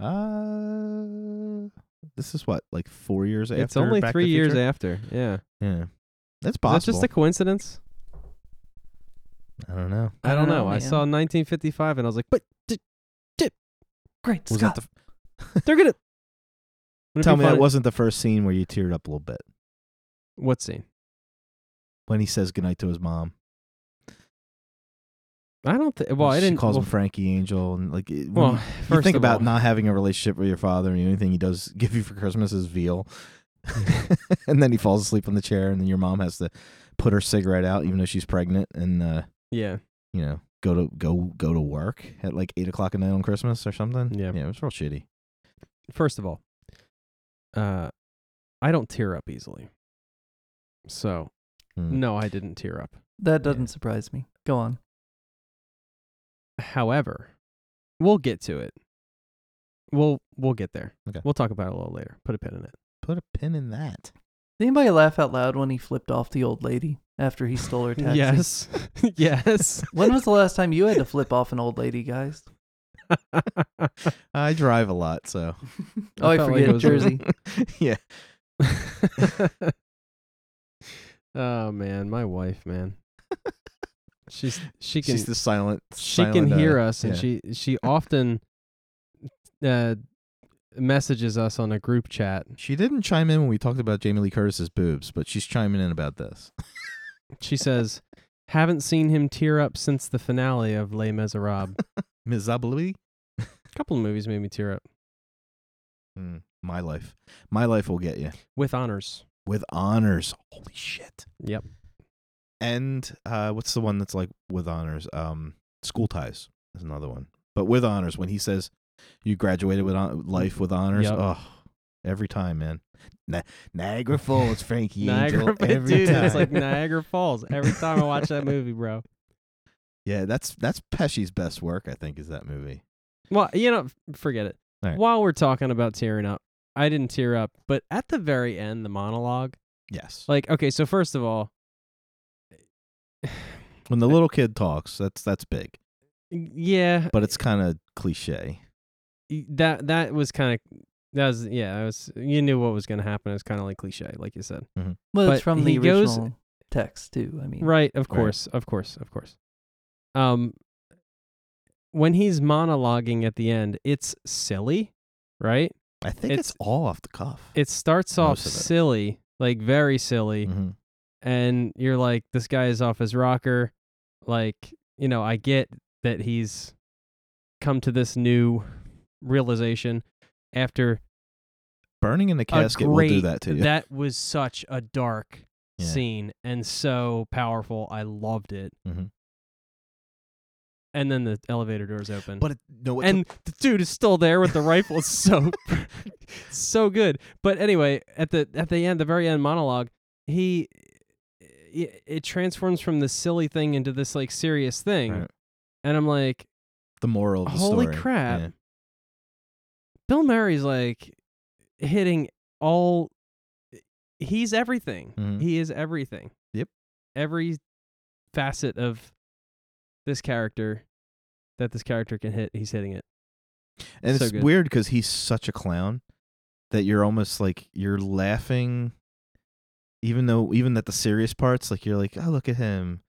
Speaker 3: Uh, this is what like four years after.
Speaker 2: it's only
Speaker 3: Back to
Speaker 2: three
Speaker 3: the
Speaker 2: years
Speaker 3: Future?
Speaker 2: after. Yeah,
Speaker 3: Yeah, that's
Speaker 2: is that
Speaker 3: possible.
Speaker 2: just a coincidence?
Speaker 3: I don't know.
Speaker 2: I don't know.
Speaker 1: Ah,
Speaker 2: I
Speaker 1: man.
Speaker 2: saw 1955 and I was like, "But
Speaker 3: *laughs*
Speaker 1: Great
Speaker 3: Was
Speaker 1: Scott.
Speaker 3: that the,
Speaker 2: they're gonna." Wouldn't it
Speaker 3: tell
Speaker 2: be
Speaker 3: me that
Speaker 2: funny-
Speaker 3: wasn't the first scene where you teared up a little bit
Speaker 2: what scene?
Speaker 3: when he says goodnight to his mom.
Speaker 2: I don't. Th- well, I
Speaker 3: she
Speaker 2: didn't.
Speaker 3: Calls
Speaker 2: well,
Speaker 3: him Frankie Angel, and like it, when
Speaker 2: well,
Speaker 3: you-
Speaker 2: first
Speaker 3: you think
Speaker 2: of
Speaker 3: about
Speaker 2: all,
Speaker 3: not having a relationship with your father and the only thing he does give you for christmas is veal *laughs* and then he falls asleep on the chair and then your mom has to put her cigarette out even though she's pregnant and uh
Speaker 2: Yeah,
Speaker 3: you know go to go go to work at like eight o'clock at night on christmas or something
Speaker 2: Yeah.
Speaker 3: yeah it was real shitty
Speaker 2: first of all, uh, I don't tear up easily. So
Speaker 3: Mm.
Speaker 2: no, I didn't tear up.
Speaker 1: That doesn't surprise me. Go on.
Speaker 2: However, we'll get to it. We'll we'll get there.
Speaker 3: Okay.
Speaker 2: We'll talk about it a little later. Put a pin in it.
Speaker 3: put a pin in that
Speaker 1: Did anybody laugh out loud when he flipped off the old lady after he stole
Speaker 2: *laughs*
Speaker 1: her taxi?
Speaker 2: Yes, yes. *laughs*
Speaker 1: When was the last time you had to flip off an old lady, guys?
Speaker 3: i drive a lot so
Speaker 1: Oh, I
Speaker 2: felt like
Speaker 1: forget
Speaker 2: it was a- *laughs*
Speaker 1: Jersey.
Speaker 3: yeah
Speaker 2: oh man, my wife, man. She's she can
Speaker 3: she's the silent
Speaker 2: she
Speaker 3: silent,
Speaker 2: can hear
Speaker 3: uh,
Speaker 2: us, and
Speaker 3: yeah.
Speaker 2: she
Speaker 3: *laughs*
Speaker 2: she often uh, messages us on a group chat.
Speaker 3: she didn't chime in when we talked about jamie lee curtis's boobs but she's chiming in about this
Speaker 2: She says, "Haven't seen him tear up since the finale of Les
Speaker 3: *laughs*
Speaker 2: Miserables."
Speaker 3: ms Zabali?
Speaker 2: a couple of movies made me tear up
Speaker 3: Mm, my life. My life will get you
Speaker 2: with honors.
Speaker 3: with honors. Holy shit.
Speaker 2: Yep.
Speaker 3: And uh, what's the one that's like with honors? Um, school ties is another one, but with honors. When he says you graduated with hon- life with honors,
Speaker 2: Yep.
Speaker 3: oh, every time, man. Ni- Niagara Falls,
Speaker 2: *laughs*
Speaker 3: Frankie
Speaker 2: Niagara,
Speaker 3: Angel, every
Speaker 2: dude,
Speaker 3: time.
Speaker 2: it's like Niagara Falls. Every time I watch that movie, bro.
Speaker 3: *laughs* yeah, that's that's Pesci's best work. I think is that movie.
Speaker 2: Well, you know, f- forget it.
Speaker 3: All right.
Speaker 2: While we're talking about tearing up, I didn't tear up, but at the very end, the monologue,
Speaker 3: Yes.
Speaker 2: like, okay, so first of all,
Speaker 3: when the little kid talks, that's that's big,
Speaker 2: yeah,
Speaker 3: but it's kind of cliche.
Speaker 2: y- that that was kind of that was yeah, that was you knew what was going to happen. It was kind of like cliche, like you said,
Speaker 1: Well,
Speaker 2: But
Speaker 1: it's from the
Speaker 2: he goes-
Speaker 1: original text too. I mean,
Speaker 2: right? Of
Speaker 3: Mm. Right.
Speaker 2: course, of course, of course. Um, when he's monologuing at the end, it's silly, right?
Speaker 3: I think it's,
Speaker 2: It's-
Speaker 3: all off the cuff.
Speaker 2: It starts off
Speaker 3: Most of it.
Speaker 2: silly, like very silly,
Speaker 3: Mhm.
Speaker 2: and you're like, this guy is off his rocker. Like, you know, I get that he's come to this new realization after
Speaker 3: Burning in the
Speaker 2: a
Speaker 3: casket
Speaker 2: great,
Speaker 3: will do that *laughs* to you.
Speaker 2: That was such a dark
Speaker 3: Yeah.
Speaker 2: scene and so powerful. I loved it.
Speaker 3: Mhm.
Speaker 2: And then the elevator doors open.
Speaker 3: but it, no, it
Speaker 2: and the dude is still there with the rifle. It's
Speaker 3: *laughs*
Speaker 2: so so good. But anyway, at the at the end, the very end monologue, he it, it transforms from this silly thing into this like serious thing,
Speaker 3: Right.
Speaker 2: and I'm like,
Speaker 3: took the moral of the
Speaker 2: holy
Speaker 3: story.
Speaker 2: crap!
Speaker 3: Yeah.
Speaker 2: Bill Murray's like hitting all. He's everything.
Speaker 3: Mhm.
Speaker 2: He is everything.
Speaker 3: Yep.
Speaker 2: Every facet of this character that this character can hit, he's hitting it.
Speaker 3: And
Speaker 2: So
Speaker 3: it's
Speaker 2: good.
Speaker 3: weird because he's such a clown that you're almost like you're laughing even though even at the serious parts like you're like oh look at him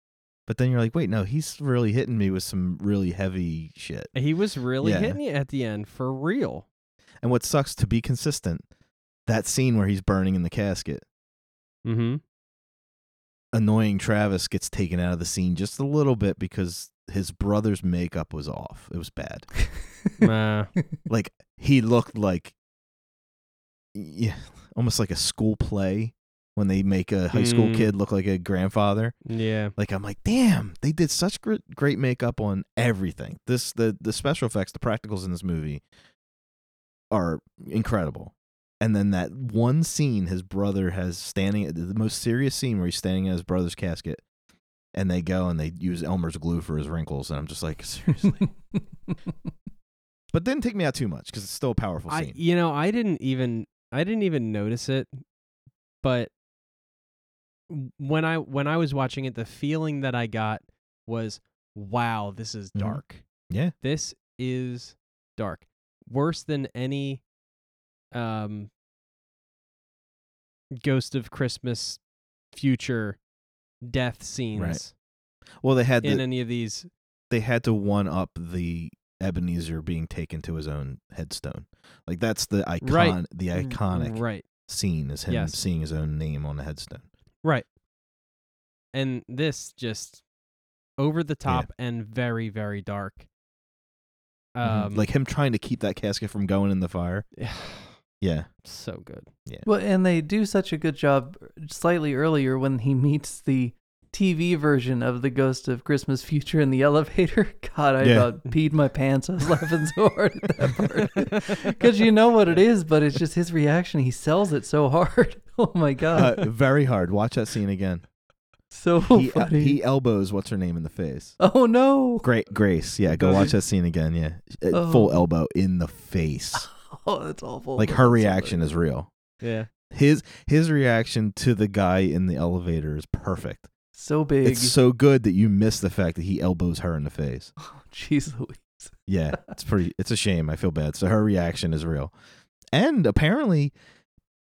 Speaker 3: but then you're like wait no he's really hitting me with some really heavy shit
Speaker 2: He was really
Speaker 3: Yeah.
Speaker 2: hitting you at the end for real.
Speaker 3: and what sucks to be consistent that scene where he's burning in the casket
Speaker 2: Mm-hmm.
Speaker 3: annoying travis gets taken out of the scene just a little bit because his brother's makeup was off it was bad *laughs*
Speaker 2: Nah.
Speaker 3: like he looked like yeah almost like a school play when they make a high school
Speaker 2: Mm.
Speaker 3: kid look like a grandfather
Speaker 2: yeah.
Speaker 3: Like I'm like, damn, they did such gr- great makeup on everything. This the the special effects, the practicals in this movie are incredible. And then that one scene, his brother has standing the most serious scene where he's standing at his brother's casket, and they go and they use Elmer's glue for his wrinkles, and I'm just like, *laughs* seriously.
Speaker 2: *laughs*
Speaker 3: but didn't take me out too much because it's still a powerful
Speaker 2: I e
Speaker 3: scene.
Speaker 2: you know, I didn't even I didn't even notice it, but w- when I when I was watching it, the feeling that I got was wow, this is
Speaker 3: Mhm.
Speaker 2: dark.
Speaker 3: Yeah.
Speaker 2: This is dark. Worse than any um Ghost of Christmas future death scenes
Speaker 3: Well, they had
Speaker 2: in
Speaker 3: Uh, the,
Speaker 2: any of these.
Speaker 3: they had to one up the Ebenezer being taken to his own headstone. Like that's the icon,
Speaker 2: Right.
Speaker 3: the
Speaker 1: Mm,
Speaker 3: iconic
Speaker 2: Right.
Speaker 3: scene is him
Speaker 2: Yes.
Speaker 3: seeing his own name on the headstone.
Speaker 2: and this just over the top and very very dark
Speaker 3: Mhm.
Speaker 2: um
Speaker 3: like him trying to keep that casket from going in the fire.
Speaker 2: *sighs*
Speaker 3: Yeah.
Speaker 1: *laughs*
Speaker 2: so good
Speaker 1: *laughs* Well, and they do such a good job slightly earlier when he meets the TV version of the Ghost of Christmas Future in the elevator. *laughs* God, I
Speaker 3: Yeah.
Speaker 1: about peed my pants. I was
Speaker 3: *laughs*
Speaker 1: laughing so hard at that part. Because you know what it is, but it's just his reaction. He sells it so hard. *laughs* Oh my God.
Speaker 3: Uh, very hard. Watch that scene again.
Speaker 1: *laughs* so
Speaker 3: He, uh,
Speaker 1: funny.
Speaker 3: he elbows what's her name in the face.
Speaker 1: oh no. *laughs*
Speaker 3: Great Grace. Yeah, go watch that scene again. Yeah. Uh,
Speaker 1: Oh.
Speaker 3: Full elbow in the face.
Speaker 1: *laughs* Oh, that's awful.
Speaker 3: Like her reaction is real.
Speaker 2: yeah
Speaker 3: His his reaction to the guy in the elevator is perfect.
Speaker 1: So big.
Speaker 3: It's so good that you miss the fact that he elbows her in the face.
Speaker 1: oh, *laughs* jeez Louise.
Speaker 3: Yeah, it's pretty. It's a shame. I feel bad. So her reaction is real, and apparently,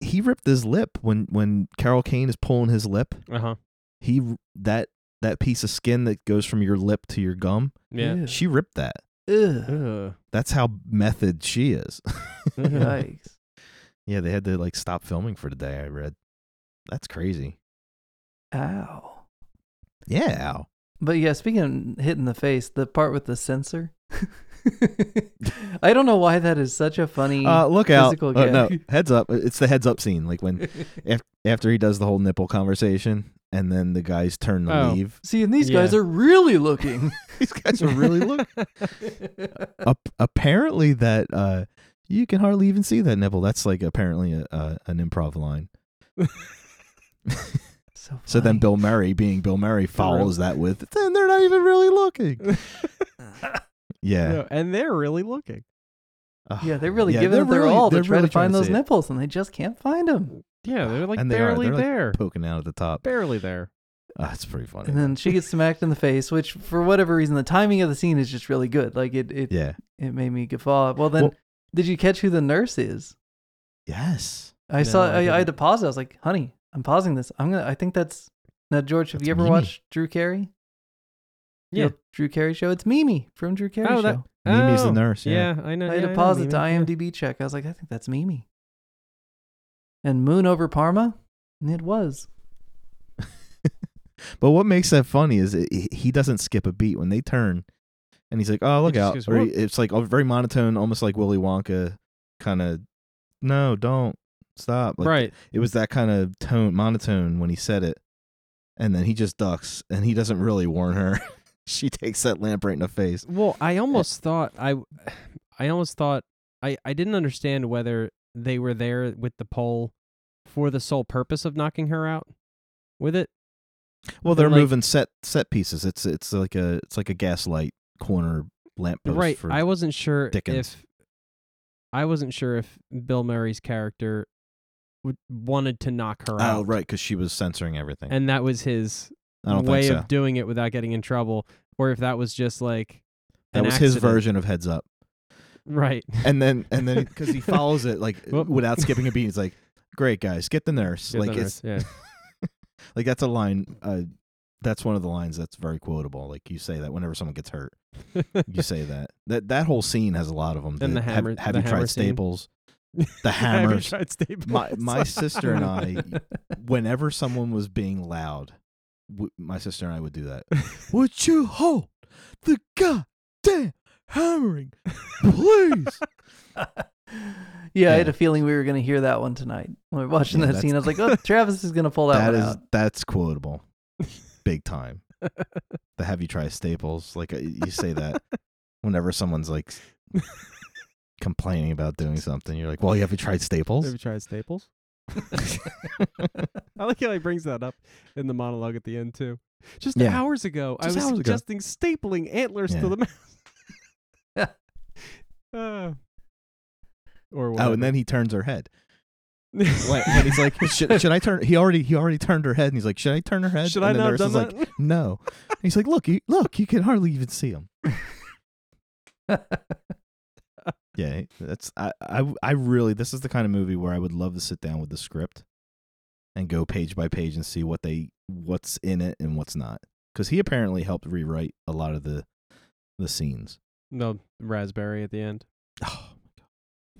Speaker 3: he ripped his lip when when Carol Kane is pulling his lip.
Speaker 2: uh-huh
Speaker 3: He that that piece of skin that goes from your lip to your gum.
Speaker 2: yeah,
Speaker 3: She ripped that.
Speaker 1: Ugh.
Speaker 2: *laughs* Ugh.
Speaker 3: That's how method she is. *laughs*
Speaker 1: Yikes.
Speaker 3: yeah, they had to like stop filming for the day. I read. That's crazy.
Speaker 1: Ow.
Speaker 3: Yeah. ow.
Speaker 1: But yeah, speaking of hit in the face, the part with the sensor. *laughs* I don't know why that is such a funny.
Speaker 3: Uh, look out!
Speaker 1: Physical
Speaker 3: Oh, no,
Speaker 1: gag.
Speaker 3: heads up! It's the heads up scene. Like when af- after he does the whole nipple conversation, and then the guys turn to
Speaker 2: Oh.
Speaker 1: *laughs*
Speaker 3: leave.
Speaker 1: *laughs* See, and these guys
Speaker 2: Yeah.
Speaker 1: are really
Speaker 3: *laughs*
Speaker 1: looking. *laughs*
Speaker 3: These guys are
Speaker 2: *laughs*
Speaker 3: really look. *laughs* Ap- apparently that uh you can hardly even see that nipple that's like apparently a, a, an improv line
Speaker 1: so,
Speaker 3: so then
Speaker 1: funny.
Speaker 3: bill murray being bill murray follows that with then they're not even really looking yeah
Speaker 2: No, and they're really looking
Speaker 3: Ugh.
Speaker 1: *laughs* Yeah, they're really
Speaker 3: Yeah,
Speaker 1: giving
Speaker 3: they're
Speaker 1: it their
Speaker 3: really-
Speaker 1: all to
Speaker 3: they're
Speaker 1: try
Speaker 3: really
Speaker 1: to
Speaker 3: trying
Speaker 1: find
Speaker 3: to
Speaker 1: those
Speaker 3: see it.
Speaker 1: nipples, and they just can't find them.
Speaker 2: yeah they're like
Speaker 3: And they are.
Speaker 2: barely
Speaker 3: They're like-
Speaker 2: there
Speaker 3: poking out at the top
Speaker 2: barely there
Speaker 3: Ah, that's pretty funny
Speaker 1: And then she gets smacked in the face, which for whatever reason, the timing of the scene is just really good. Like it, it,
Speaker 3: yeah
Speaker 1: it made me guffaw. Well, then,
Speaker 3: Well-
Speaker 1: did you catch who the nurse is?
Speaker 3: yes
Speaker 1: I
Speaker 2: No,
Speaker 1: saw.
Speaker 2: I
Speaker 1: I, I, had
Speaker 2: didn't.
Speaker 1: to pause. it. I was like, "Honey, I'm pausing this. I'm gonna. I think that's now, George. Have
Speaker 3: That's
Speaker 1: you ever
Speaker 3: Mimi.
Speaker 1: watched Drew Carey?
Speaker 2: Yeah.
Speaker 1: The Drew Carey show. It's Mimi from Drew Carey
Speaker 2: Oh, that-
Speaker 1: show.
Speaker 3: mimi's the
Speaker 2: Oh,
Speaker 3: nurse yeah,
Speaker 2: yeah. i know
Speaker 1: I had
Speaker 2: yeah,
Speaker 1: to
Speaker 2: know,
Speaker 1: pause it
Speaker 2: Mimi.
Speaker 1: to
Speaker 2: Yeah.
Speaker 1: IMDb check. I was like, I think that's Mimi. And Moon over Parma, And it was.
Speaker 3: but what makes that funny is it, he- he doesn't skip a beat when they turn and he's like oh look
Speaker 2: just
Speaker 3: out
Speaker 2: goes,
Speaker 3: or he-
Speaker 2: "Whoop."
Speaker 3: it's like oh, very monotone almost like willy wonka kind of no don't stop like
Speaker 2: right
Speaker 3: it was that kind of tone monotone when he said it and then he just ducks and he doesn't really warn her *laughs* she takes that lamp right in the face
Speaker 2: Well, I
Speaker 3: Uh,
Speaker 2: almost thought I, I almost thought I I didn't understand whether they were there with the pole for the sole purpose of knocking her out with it.
Speaker 3: well they're
Speaker 2: And, like-
Speaker 3: moving set set pieces it's it's like a it's like a gaslight corner lamp post
Speaker 2: right.
Speaker 3: for
Speaker 2: I wasn't sure
Speaker 3: Dickens.
Speaker 2: if I wasn't sure if Bill Murray's character would, wanted to knock her
Speaker 3: oh
Speaker 2: out.
Speaker 3: right because she was censoring everything
Speaker 2: And that was his
Speaker 3: i don't
Speaker 2: way
Speaker 3: think so
Speaker 2: of doing it without getting in trouble, or if that was just like
Speaker 3: that
Speaker 2: an
Speaker 3: was his
Speaker 2: accident.
Speaker 3: version of heads up
Speaker 2: Right. *laughs*
Speaker 3: and then and then because he follows it like
Speaker 2: Well-
Speaker 3: without skipping a beat, he's like, "Great guys, get the nurse."
Speaker 2: Get
Speaker 3: like
Speaker 2: the
Speaker 3: it's
Speaker 2: nurse,
Speaker 3: like that's a line. Uh, that's one of the lines that's very quotable. Like you say that whenever someone gets hurt, *laughs* you say that. That that whole scene has a lot of them.
Speaker 2: And the hammer-
Speaker 3: Have, have
Speaker 2: the
Speaker 3: you
Speaker 2: hammer
Speaker 3: tried
Speaker 2: scene.
Speaker 3: staples?
Speaker 2: *laughs* *laughs*
Speaker 3: The
Speaker 2: Have you
Speaker 3: hammers.
Speaker 2: tried staples?
Speaker 3: my
Speaker 2: *laughs*
Speaker 3: my sister and I, whenever someone was being loud, w- my sister and I would
Speaker 2: *laughs*
Speaker 3: do that. Would you hold the goddamn hammering, please?
Speaker 1: yeah, I had
Speaker 3: Yeah.
Speaker 1: a feeling we were going to hear that one tonight. When we were watching
Speaker 3: Yeah,
Speaker 1: that scene, I was
Speaker 2: *laughs*
Speaker 1: like, oh, Travis is going to pull that,
Speaker 3: that
Speaker 1: one
Speaker 3: is
Speaker 1: out.
Speaker 3: that's quotable, big time. The have you tried staples? Like uh, you say that whenever someone's like complaining about doing something, you're like, "Well, have you tried
Speaker 2: Have
Speaker 3: staples?"
Speaker 2: you tried staples?
Speaker 3: *laughs*
Speaker 2: I like how he brings that up in the monologue at the end too. Just
Speaker 3: Yeah.
Speaker 2: hours ago,
Speaker 3: Just
Speaker 2: I was
Speaker 3: hours ago.
Speaker 2: suggesting stapling antlers
Speaker 3: Yeah.
Speaker 2: to the
Speaker 3: *laughs*
Speaker 2: mouth. *laughs* Uh, or
Speaker 3: Oh, and
Speaker 2: whatever.
Speaker 3: then he turns her head.
Speaker 2: Wait, *laughs*
Speaker 3: Like, and he's like, should, should I turn? He already he already turned her head, and he's like, should I turn her head?
Speaker 2: should
Speaker 3: and
Speaker 2: I
Speaker 3: the
Speaker 2: not have
Speaker 3: nurse
Speaker 2: done
Speaker 3: is
Speaker 2: that? *laughs*
Speaker 3: Like, no. And he's like, look, you, look, you can hardly even see him. Yeah, that's I, I I really this is the kind of movie where I would love to sit down with the script and go page by page and see what they what's in it and what's not. Because he apparently helped rewrite a lot of the the scenes.
Speaker 2: no raspberry at the end.
Speaker 3: Oh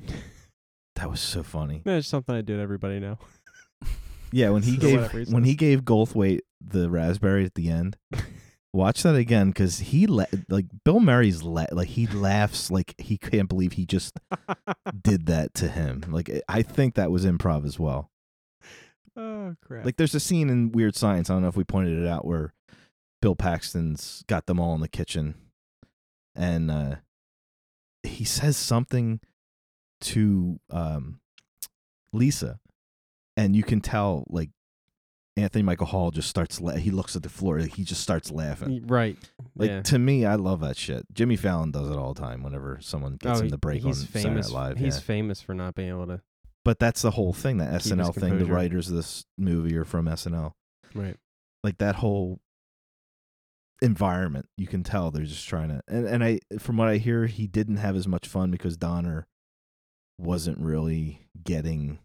Speaker 3: my god, *laughs* that was so funny.
Speaker 2: That's something I do to everybody now. *laughs*
Speaker 3: Yeah, when he
Speaker 2: For
Speaker 3: gave
Speaker 2: whatever reason.
Speaker 3: when he gave Goldthwait the raspberry at the end. Watch that again because he la- like Bill Murray's la- like he laughs like he can't believe he just did that to him. Like I think that was improv as well.
Speaker 2: oh crap!
Speaker 3: Like there's a scene in Weird Science. I don't know if we pointed it out where Bill Paxton's got them all in the kitchen, and uh, he says something to um, Lisa, and you can tell like Anthony Michael Hall just starts. La- he looks at the floor. Like, he just starts laughing.
Speaker 2: Y- right?
Speaker 3: uh, Like
Speaker 2: yeah.
Speaker 3: to me, I love that shit. Jimmy Fallon does it all the time. Whenever someone gets
Speaker 2: Oh,
Speaker 3: him the break
Speaker 2: he's
Speaker 3: on
Speaker 2: famous.
Speaker 3: Saturday Night Live,
Speaker 2: he's
Speaker 3: yeah.
Speaker 2: famous for not being able to.
Speaker 3: but that's the whole thing. That
Speaker 2: Keep his
Speaker 3: SNL thing. The
Speaker 2: composure.
Speaker 3: writers of this movie are from SNL.
Speaker 2: Right.
Speaker 3: like that whole environment you can tell they're just trying to and, and i from what i hear he didn't have as much fun because donner wasn't really getting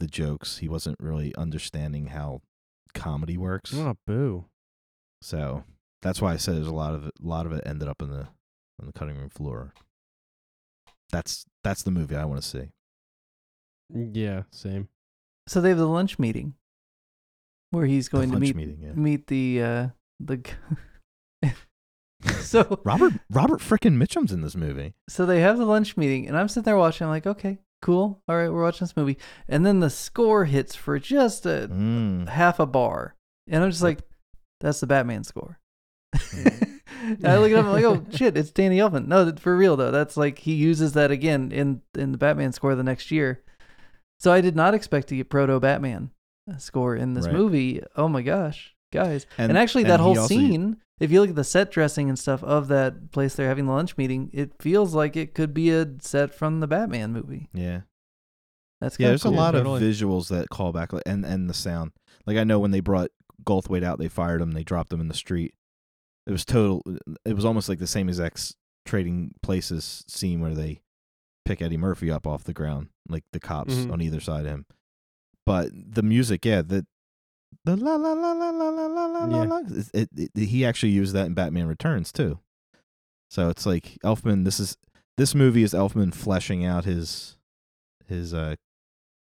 Speaker 3: the jokes he wasn't really understanding how comedy works
Speaker 2: Oh boo!
Speaker 3: so that's why i said there's a lot of it, a lot of it ended up in the on the cutting room floor that's that's the movie i want to see
Speaker 2: Mm, Yeah, same.
Speaker 1: *laughs* So they have the lunch meeting where he's going
Speaker 3: the
Speaker 1: to
Speaker 3: lunch
Speaker 1: meet
Speaker 3: meeting yeah
Speaker 1: meet the uh, the.
Speaker 3: *laughs*
Speaker 1: g- *laughs* so
Speaker 3: robert robert frickin' mitchum's in this movie
Speaker 1: so they have the lunch meeting, and I'm sitting there watching. I'm like, okay, cool, all right, we're watching this movie, and then the score hits for just a
Speaker 3: Mm.
Speaker 1: half a bar, and I'm just like, that's the Batman score.
Speaker 3: Mm-hmm.
Speaker 1: And *laughs* I look at him I'm like, oh shit, it's Danny Elfman. No, that- for real though, that's like he uses that again in in the Batman score the next year. So I did not expect to get proto Batman uh, score in this
Speaker 3: Right.
Speaker 1: movie. Oh my gosh, guys!
Speaker 3: And-
Speaker 1: And, actually,
Speaker 3: and
Speaker 1: that whole
Speaker 3: he also-
Speaker 1: scene, if you look at the set dressing and stuff of that place they're having the lunch meeting, it feels like it could be a set from the Batman movie.
Speaker 3: yeah
Speaker 1: That's
Speaker 3: Yeah,
Speaker 1: kinda
Speaker 3: there's a
Speaker 1: cool.
Speaker 3: lot
Speaker 2: Totally.
Speaker 3: of visuals that call back like, and and the sound. Like I know when they brought Goldthwait out, they fired him, they dropped him in the street. It was total. It was almost like the same exact s- trading places scene where they pick Eddie Murphy up off the ground, like the cops
Speaker 2: Mhm.
Speaker 3: on either side of him. But the music, yeah, the the la la la la la la la la la.
Speaker 2: Yeah.
Speaker 3: la, It, it, it- he actually used that in Batman Returns too. So it's like Elfman. This is this movie is Elfman fleshing out his his uh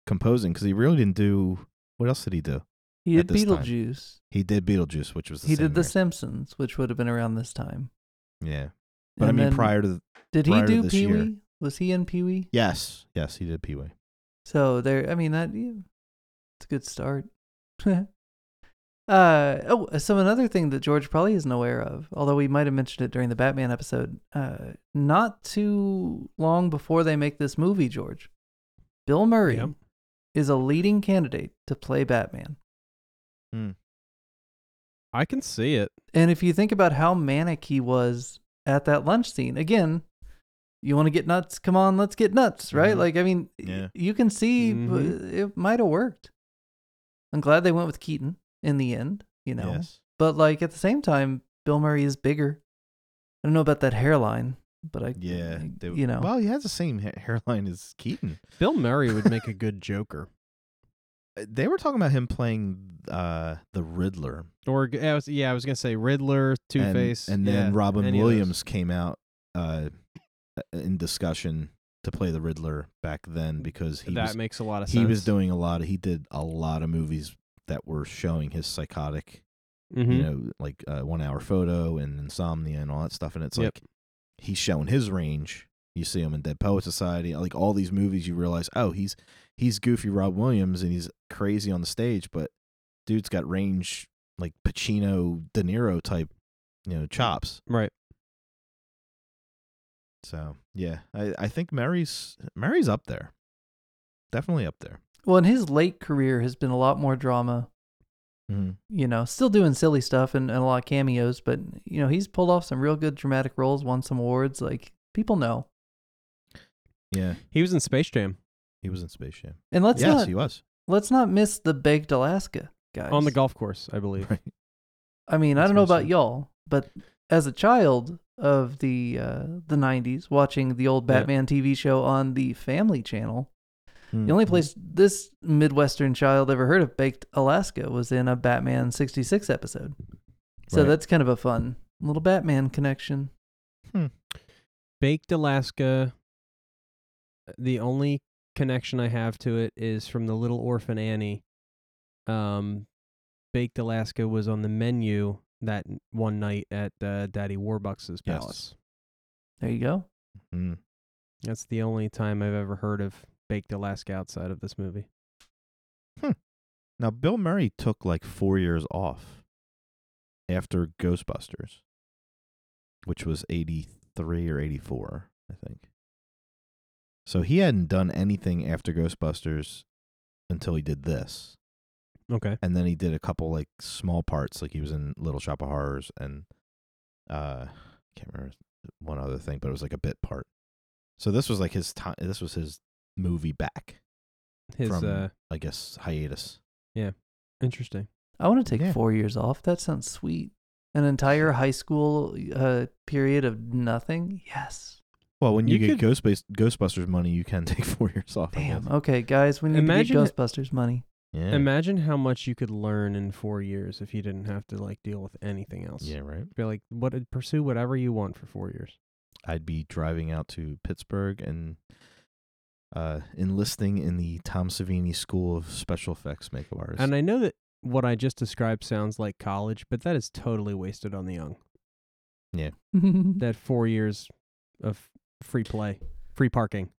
Speaker 3: composing because he really didn't do what else did he do?
Speaker 1: He
Speaker 3: at
Speaker 1: did
Speaker 3: this time.
Speaker 1: Beetlejuice.
Speaker 3: He did Beetlejuice, which was the
Speaker 1: He
Speaker 3: same
Speaker 1: did The
Speaker 3: year.
Speaker 1: Simpsons, which would have been around this time.
Speaker 3: yeah. But I
Speaker 1: And
Speaker 3: mean,
Speaker 1: then-
Speaker 3: prior to the,
Speaker 1: Did he
Speaker 3: prior to
Speaker 1: do
Speaker 3: this
Speaker 1: Pee
Speaker 3: year.
Speaker 1: Wee? Was he in Pee Wee?
Speaker 3: yes, yes, he did Pee Wee.
Speaker 1: So there, I mean that yeah, it's a good start. *laughs* uh oh, so another thing that George probably isn't aware of, although we might have mentioned it during the Batman episode, uh, not too long before they make this movie, George, Bill Murray
Speaker 2: Yep.
Speaker 1: is a leading candidate to play Batman.
Speaker 2: I can see it.
Speaker 1: And if you think about how manic he was at that lunch scene, again, you want to get nuts? Come on, let's get nuts, right?
Speaker 3: Mhm.
Speaker 1: Like, I mean, y-
Speaker 3: Yeah. Mm-hmm.
Speaker 1: you can see w-
Speaker 2: Mhm.
Speaker 1: it might have worked. I'm glad they went with Keaton in the end, you know.
Speaker 3: Yes.
Speaker 1: But like at the same time, Bill Murray is bigger. I don't know about that hairline. But I,
Speaker 3: Yeah, they,
Speaker 1: you know,
Speaker 3: Well, he has the same ha- hairline as Keaton.
Speaker 2: Bill Murray would make a good Joker.
Speaker 3: Uh, They were talking about him playing uh, the Riddler,
Speaker 2: Or g- I was, yeah, I was gonna say Riddler, Two
Speaker 3: and,
Speaker 2: Face,
Speaker 3: and then
Speaker 2: yeah,
Speaker 3: Robin
Speaker 2: any of
Speaker 3: Williams came out uh, in discussion to play the Riddler back then because
Speaker 2: those.
Speaker 3: he
Speaker 2: That
Speaker 3: was
Speaker 2: makes a lot of
Speaker 3: he
Speaker 2: sense.
Speaker 3: was doing a lot. Of, he did a lot of movies that were showing his psychotic,
Speaker 2: Mhm.
Speaker 3: you know, like uh, One Hour Photo and Insomnia and all that stuff. And it's
Speaker 2: Yep.
Speaker 3: like he's showing his range. You see him in Dead Poet Society, like all these movies. You realize, oh, he's he's goofy Rob Williams and he's crazy on the stage, but dude's got range like Pacino, De Niro type, you know, chops.
Speaker 2: right.
Speaker 3: So yeah, I, I think Mary's Mary's up there, definitely up there.
Speaker 1: well, in his late career has been a lot more drama.
Speaker 3: Mm-hmm.
Speaker 1: you know, still doing silly stuff and, and a lot of cameos, but you know, he's pulled off some real good dramatic roles, won some awards. Like people know.
Speaker 3: Yeah,
Speaker 2: He was in Space Jam
Speaker 3: he was in Space Jam.
Speaker 1: And let's
Speaker 3: yes,
Speaker 1: not
Speaker 3: he was.
Speaker 1: let's not miss the baked Alaska guys.
Speaker 2: on the golf course, I believe.
Speaker 3: *laughs* Right.
Speaker 1: I mean, I
Speaker 3: That's
Speaker 1: don't know
Speaker 3: what I
Speaker 1: about
Speaker 3: said.
Speaker 1: y'all, but as a child of the uh, the '90s, watching the old
Speaker 2: Yeah.
Speaker 1: Batman TV show on the Family Channel, the
Speaker 3: Mm-hmm.
Speaker 1: only place this Midwestern child ever heard of baked Alaska was in a Batman '66 episode. So
Speaker 3: Right.
Speaker 1: that's kind of a fun little Batman connection.
Speaker 2: Baked Alaska. The only connection I have to it is from the Little Orphan Annie. Um, Baked Alaska was on the menu that n- one night at uh, Daddy Warbucks's
Speaker 3: Yes.
Speaker 2: palace.
Speaker 1: There you go.
Speaker 3: Mm.
Speaker 2: That's the only time I've ever heard of Baked Alaska outside of this movie.
Speaker 3: Now Bill Murray took like four years off after Ghostbusters, which was eighty three or eighty four, I think. So he hadn't done anything after Ghostbusters until he did this,
Speaker 2: Okay.
Speaker 3: and then he did a couple like small parts, like he was in Little Shop of Horrors and uh, can't remember one other thing, but it was like a bit part. So this was like his time. This was his movie back,
Speaker 2: His
Speaker 3: From-
Speaker 2: uh,
Speaker 3: I guess, hiatus.
Speaker 2: interesting.
Speaker 1: I want to take
Speaker 3: Yeah.
Speaker 1: four years off. That sounds sweet. An entire high school uh, period of nothing. Yes.
Speaker 3: Well, when you,
Speaker 2: You
Speaker 3: get Ghostbas- Ghostbusters money, you can *laughs* take four years off. I
Speaker 1: Damn.
Speaker 3: guess.
Speaker 1: Okay, guys, we need
Speaker 2: Imagine-
Speaker 1: to get Ghostbusters money.
Speaker 3: Yeah.
Speaker 2: Imagine how much you could learn in four years if you didn't have to like deal with anything else.
Speaker 3: yeah, right.
Speaker 2: Be like, what? uh, Pursue whatever you want for four years.
Speaker 3: I'd be driving out to Pittsburgh and uh, enlisting in the Tom Savini School of Special Effects Makeup Artists.
Speaker 2: And I know that what I just described sounds like college, but that is totally wasted on the young. *laughs* That four years of free play, free parking.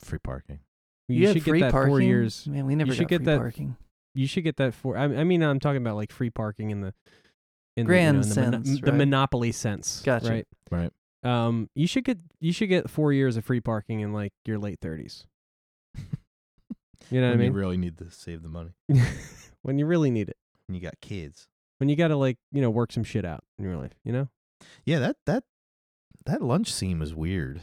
Speaker 3: Free parking.
Speaker 2: You
Speaker 1: had
Speaker 2: should
Speaker 1: free
Speaker 2: get that
Speaker 1: parking?
Speaker 2: four years.
Speaker 1: Man, we never got
Speaker 2: should get
Speaker 1: free
Speaker 2: that
Speaker 1: parking.
Speaker 2: You should get that four. I, I mean, I'm talking about like free parking in the in
Speaker 1: Grand
Speaker 2: the, you know, in the, mono-
Speaker 1: sense,
Speaker 2: the
Speaker 1: right.
Speaker 2: monopoly sense.
Speaker 1: Gotcha.
Speaker 2: Right.
Speaker 3: Right.
Speaker 2: Um. You should get you should get four years of free parking in like your late 30s. You know
Speaker 3: *laughs* when
Speaker 2: what I
Speaker 3: you
Speaker 2: mean?
Speaker 3: really need to save the money.
Speaker 2: when you really need it.
Speaker 3: And you got kids.
Speaker 2: When you got to like you know work some shit out in your life. You know.
Speaker 3: Yeah, that that that lunch scene was weird.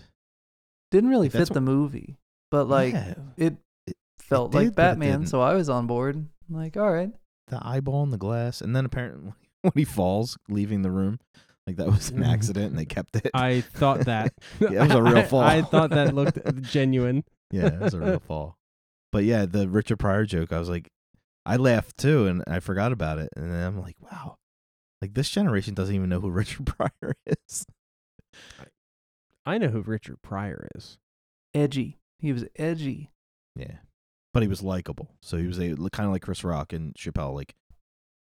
Speaker 1: Didn't really
Speaker 3: Like, that's
Speaker 1: fit the movie, but like
Speaker 3: Yeah.
Speaker 1: it
Speaker 3: It-
Speaker 1: felt
Speaker 3: it
Speaker 1: like
Speaker 3: did, but it
Speaker 1: Batman, so I was on board. I'm like, all right.
Speaker 3: the eyeball in the glass, and then apparently *laughs* when he falls, leaving the room, like that was an accident, and they kept it.
Speaker 2: Mm. I thought that.
Speaker 3: *laughs* Yeah,
Speaker 2: *laughs*
Speaker 3: it was a real
Speaker 2: I-
Speaker 3: fall.
Speaker 2: I, thought
Speaker 3: *laughs*
Speaker 2: that looked uh, genuine.
Speaker 3: Yeah, it was a real fall. But yeah, the Richard Pryor joke, I was like, I laughed too, and I forgot about it. And then I'm like, wow, like this generation doesn't even know who *laughs* Richard Pryor is.
Speaker 2: I know who Richard Pryor is.
Speaker 1: Edgy. He was edgy.
Speaker 3: Yeah, but he was likable, so he was a kind of like Chris Rock and Chappelle. Like,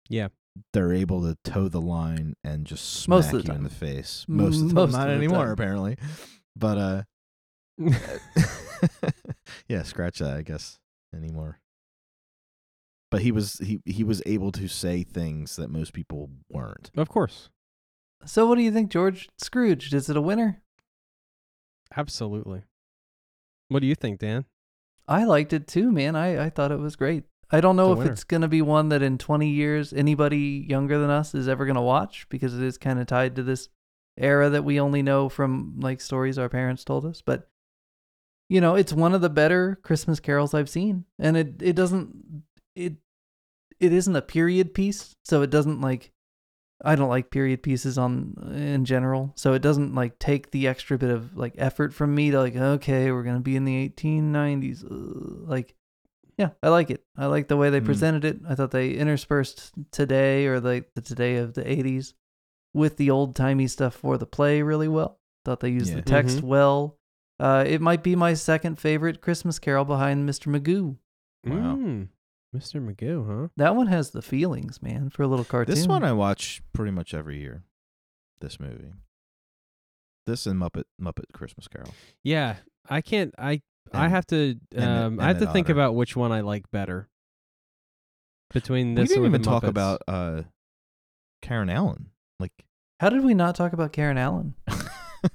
Speaker 2: Yeah.
Speaker 3: they're able to toe the line and just smack
Speaker 1: Most of the
Speaker 3: you in
Speaker 1: time.
Speaker 3: the face.
Speaker 1: M-
Speaker 3: Most of the
Speaker 1: most
Speaker 3: time, not
Speaker 1: of the
Speaker 3: anymore
Speaker 1: time.
Speaker 3: apparently. But
Speaker 1: *laughs*
Speaker 3: uh, yeah, scratch that, I guess, anymore. But he was he he was able to say things that most people weren't.
Speaker 2: of course.
Speaker 1: So, what do you think, George? Scrooged. Is it a winner?
Speaker 2: Absolutely. What do you think, Dan?
Speaker 1: I liked it too, man. I, I thought it was great. I don't know
Speaker 2: It's
Speaker 1: if
Speaker 2: a winner.
Speaker 1: it's going to be one that in 20 years anybody younger than us is ever going to watch because it is kind of tied to this era that we only know from like stories our parents told us. But, you know, it's one of the better Christmas carols I've seen. And it, it doesn't, it, it isn't a period piece. So it doesn't like I don't like period pieces on in general, so it doesn't like take the extra bit of like effort from me to like okay, we're gonna be in the 1890s. Ugh. Like, yeah, I like it. I like the way they
Speaker 3: Mm.
Speaker 1: presented it. I thought they interspersed today or like the today of the 80s with the old timey stuff for the play really well. Thought they used
Speaker 3: Yeah. Mm-hmm.
Speaker 1: the text
Speaker 2: Mhm.
Speaker 1: well. Uh, it might be my second favorite Christmas Carol behind Mr. Magoo.
Speaker 3: Wow.
Speaker 2: Mm, Mr. Magoo, huh?
Speaker 1: That one has the feelings, man, for a little cartoon.
Speaker 3: This one I watch pretty much every year. This movie. This and Muppet Muppet Christmas Carol.
Speaker 2: Yeah, I can't. I I
Speaker 3: And-
Speaker 2: have to.
Speaker 3: and the-
Speaker 2: Um, I
Speaker 3: and
Speaker 2: have
Speaker 3: the
Speaker 2: to think
Speaker 3: daughter.
Speaker 2: about which one I like better. Between
Speaker 3: We
Speaker 2: this,
Speaker 3: didn't
Speaker 2: and
Speaker 3: even
Speaker 2: with the
Speaker 3: talk
Speaker 2: Muppets.
Speaker 3: about uh, Karen Allen. Like, *laughs*
Speaker 1: How did we not talk about Karen Allen?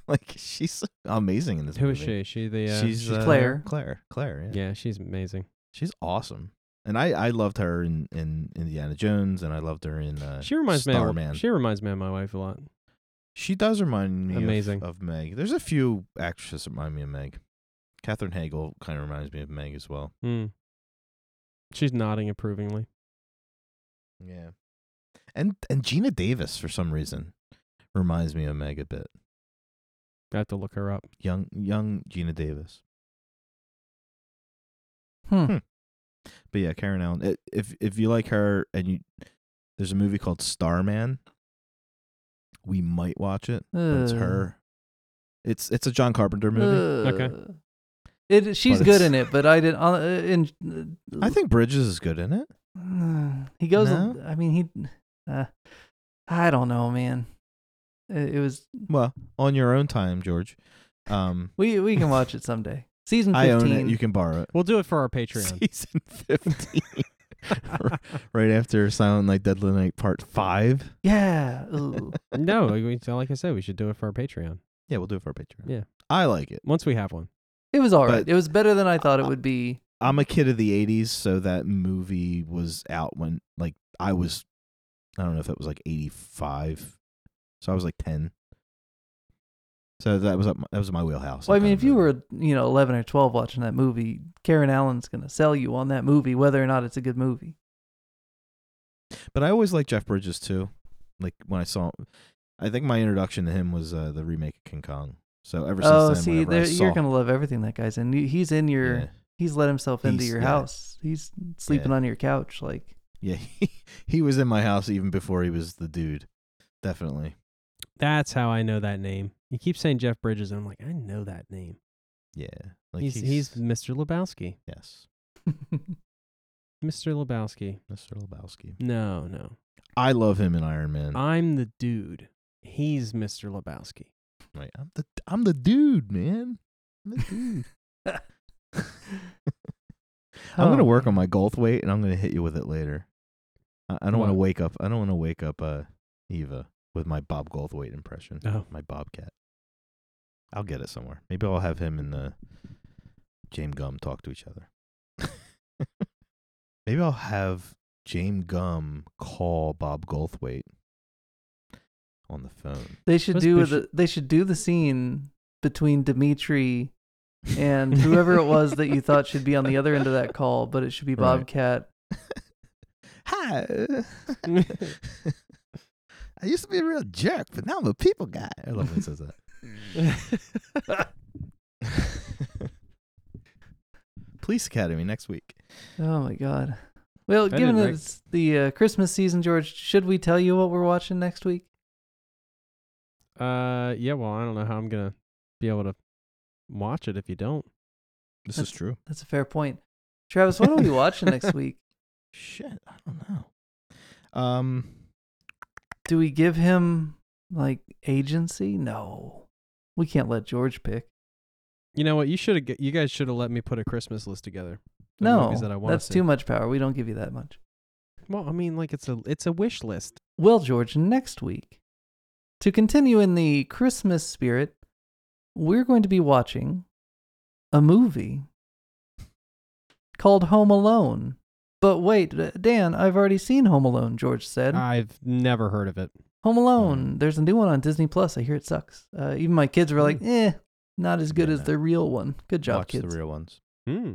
Speaker 3: like she's amazing in this
Speaker 2: who is
Speaker 3: movie.
Speaker 2: she? She the uh,
Speaker 3: she's uh,
Speaker 1: Claire.
Speaker 3: Claire. Claire. Yeah.
Speaker 2: Yeah, she's amazing.
Speaker 3: She's awesome. And I, I loved her in, in Indiana Jones, and I loved her in uh,
Speaker 2: She reminds me.
Speaker 3: Starman.
Speaker 2: Of, she reminds me of my wife a lot.
Speaker 3: She does remind me of-
Speaker 2: Amazing.
Speaker 3: Of, Meg. There's a few actresses that remind me of Meg. Catherine Hagel kind of reminds me of Meg as well.
Speaker 2: Mm. She's nodding approvingly.
Speaker 3: Yeah. And and Gina Davis for some reason reminds me of Meg a bit.
Speaker 2: I have to look her up.
Speaker 3: Young young Gina Davis.
Speaker 1: Hmm.
Speaker 3: Hmm. But yeah, Karen Allen. i- If if you like her and you there's a movie called Starman. We might watch it. But it's
Speaker 1: Ugh.
Speaker 3: her. It's it's a John Carpenter movie.
Speaker 2: Okay.
Speaker 1: Ugh. Uh, It she's
Speaker 3: But
Speaker 1: good
Speaker 3: it's-
Speaker 1: in it, but I didn't. Uh, in
Speaker 3: I think Bridges is good in it.
Speaker 1: Uh, he goes. a-
Speaker 3: No?
Speaker 1: I mean, he. Uh, I don't know, man. It, it was.
Speaker 3: Well, on your own time, George.
Speaker 1: *laughs*
Speaker 3: Um
Speaker 1: We we can watch it someday. Season
Speaker 3: *laughs* I
Speaker 1: fifteen.
Speaker 3: own it. You can borrow it.
Speaker 2: We'll do it
Speaker 3: *laughs*
Speaker 2: for our Patreon.
Speaker 3: Season 15. *laughs* right after Silent Night Deadly Night Part 5.
Speaker 1: yeah. Ooh.
Speaker 2: no, we- so like I said, we should do it for our Patreon
Speaker 3: *laughs* Yeah, we'll do it for our Patreon.
Speaker 2: Yeah.
Speaker 3: I like it.
Speaker 2: once we have one.
Speaker 1: It was all right.
Speaker 3: But-
Speaker 1: it was better than I thought it would be.
Speaker 3: I'm a kid of the 80s, so that movie was out when, like, I was, I don't know if that was like 85. So I was like 10. So that was up my, that was my wheelhouse.
Speaker 1: Well, I
Speaker 3: that
Speaker 1: mean,
Speaker 3: kind
Speaker 1: if
Speaker 3: of
Speaker 1: you
Speaker 3: movie.
Speaker 1: were you know eleven or twelve watching that movie, Karen Allen's gonna sell you on that movie, whether or not it's a good movie.
Speaker 3: But I always liked Jeff Bridges too. Like when I saw, I think my introduction to him was uh, the remake of King Kong. So ever since
Speaker 1: Oh,
Speaker 3: then,
Speaker 1: see,
Speaker 3: whenever I
Speaker 1: there,
Speaker 3: saw,
Speaker 1: you're gonna love everything that guy's in. He- He's in your.
Speaker 3: yeah,
Speaker 1: He's let himself into
Speaker 3: He's-
Speaker 1: your
Speaker 3: yeah.
Speaker 1: house. He's sleeping
Speaker 3: Yeah.
Speaker 1: on your couch, like.
Speaker 3: *laughs* yeah he, he was in my house even before he was the dude. Definitely,
Speaker 2: That's how I know that name. You keep saying Jeff Bridges, and I'm like, I know that name.
Speaker 3: yeah. Like
Speaker 2: he's, he's Mr. Lebowski.
Speaker 3: yes,
Speaker 2: Mr. Lebowski.
Speaker 3: Mr. Lebowski.
Speaker 2: No, no.
Speaker 3: I love him in Iron Man.
Speaker 2: I'm the dude. He's Mr. Lebowski.
Speaker 3: Like, I'm the I'm the dude, man. I'm the dude. I'm gonna
Speaker 1: Oh.
Speaker 3: work on my golf weight, and I'm gonna hit you with it later. I, I don't want to
Speaker 2: What?
Speaker 3: wake up. I don't want to wake up uh, Eva with my Bob Goldthwait impression.
Speaker 2: *laughs* Oh.
Speaker 3: My Bobcat. I'll get it somewhere. Maybe I'll have him and uh, James Gum talk to each other. *laughs* Maybe I'll have James Gum call Bob Goldthwait on the
Speaker 1: *laughs*
Speaker 3: phone.
Speaker 1: They should
Speaker 2: Must
Speaker 1: do
Speaker 2: be
Speaker 1: the they should do the scene between Dimitri and whoever it was that you thought should be on the other end of that call, but it should be
Speaker 3: Right.
Speaker 1: Bobcat.
Speaker 3: Hi. *laughs* I used to be a real jerk, but now I'm a people guy. I love when he says that. *laughs*
Speaker 1: Oh
Speaker 3: Police Academy next week.
Speaker 1: Oh my god. Well,
Speaker 2: That
Speaker 1: given
Speaker 2: didn't
Speaker 1: that
Speaker 2: make-
Speaker 1: it's the uh, Christmas season, George, should we tell you what we're watching next week?
Speaker 2: Uh, yeah. Well, I don't know how I'm gonna be able to watch it if you don't.
Speaker 3: This
Speaker 1: That's-
Speaker 3: is true.
Speaker 1: That's a fair point. Travis, what are we watching
Speaker 3: *laughs*
Speaker 1: next week?
Speaker 3: Shit, I don't know. Um,
Speaker 1: Do we give him like agency? No. We can't let George pick.
Speaker 2: You know what? You should have. You guys should have let me put a Christmas list together. of
Speaker 1: No.
Speaker 2: movies that I want.
Speaker 1: That's too much power. We don't give you that much.
Speaker 2: Well, I mean, like it's a it's a wish list.
Speaker 1: Well, George, next week, to continue in the Christmas spirit, we're going to be watching a movie called Home Alone. But wait, uh, Dan, I've already seen Home Alone, George said.
Speaker 2: I've never heard of it.
Speaker 1: Home Alone, there's a new one on Disney Plus. I hear it sucks. Uh, even my kids were like, eh, not as good
Speaker 3: Yeah,
Speaker 1: as
Speaker 3: no.
Speaker 1: the real one. Good job,
Speaker 3: watch
Speaker 1: kids.
Speaker 3: the real ones.
Speaker 2: Hmm.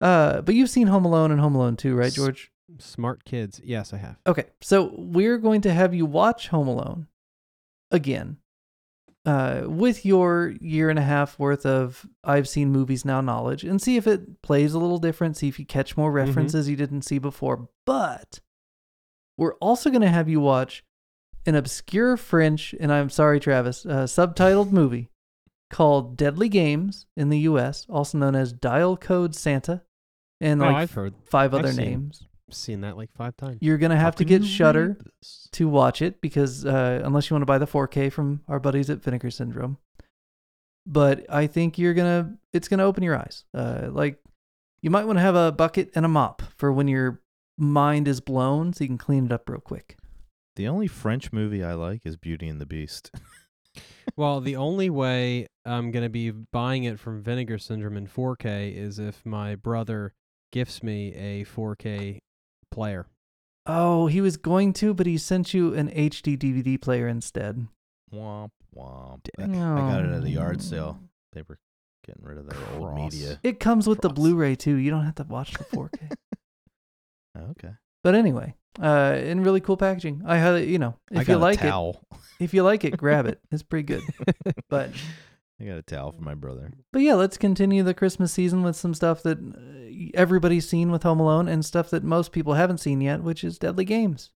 Speaker 1: uh, but you've seen Home Alone and Home Alone 2, right,
Speaker 3: S-
Speaker 1: George?
Speaker 2: Smart kids. Yes, I have.
Speaker 1: Okay, so we're going to have you watch Home Alone again uh, with your year and a half worth of I've seen movies now knowledge and see if it plays a little different, see if you catch more
Speaker 2: Mm-hmm.
Speaker 1: references you didn't see before. But we're also going to have you watch an obscure French, and I'm sorry, Travis, uh,
Speaker 2: *laughs*
Speaker 1: subtitled movie called Deadly Games in the US, also known as Dial Code Santa, and
Speaker 2: oh,
Speaker 1: like
Speaker 2: I've heard
Speaker 1: five
Speaker 2: I've
Speaker 1: other
Speaker 2: seen-
Speaker 1: names.
Speaker 2: seen that like five times.
Speaker 1: You're going to have to get Shutter
Speaker 2: Shutter.
Speaker 1: to watch it because uh, unless you want to buy the 4K from our buddies at Vinegar Syndrome, but I think you're gonna it's gonna open your eyes. Uh, like you might want to have a bucket and a mop for when your mind is blown, so you can clean it up real quick.
Speaker 3: The only French movie I like is Beauty and the Beast.
Speaker 2: Well, the only way I'm going to be buying it from Vinegar Syndrome in 4K is if my brother gifts me a 4K player.
Speaker 1: Oh, he was going to, but he sent you an HD DVD player instead.
Speaker 3: womp womp. I, I got it at a yard sale. They were getting rid of their old
Speaker 2: Cross.
Speaker 3: media.
Speaker 1: It comes with the
Speaker 3: Cross.
Speaker 1: Blu-ray too. You don't have to watch the 4K.
Speaker 3: *laughs* Okay.
Speaker 1: but anyway, uh, in really cool packaging. I had you know
Speaker 3: I
Speaker 1: if
Speaker 3: got
Speaker 1: you like
Speaker 3: a
Speaker 1: it,
Speaker 3: towel.
Speaker 1: if you like it, grab it. It's pretty
Speaker 3: *laughs*
Speaker 1: good. *laughs* But
Speaker 3: I got a towel for my brother.
Speaker 1: But yeah, let's continue the Christmas season with some stuff that uh, everybody's seen with Home Alone and stuff that most people haven't seen yet, which is Deadly Games.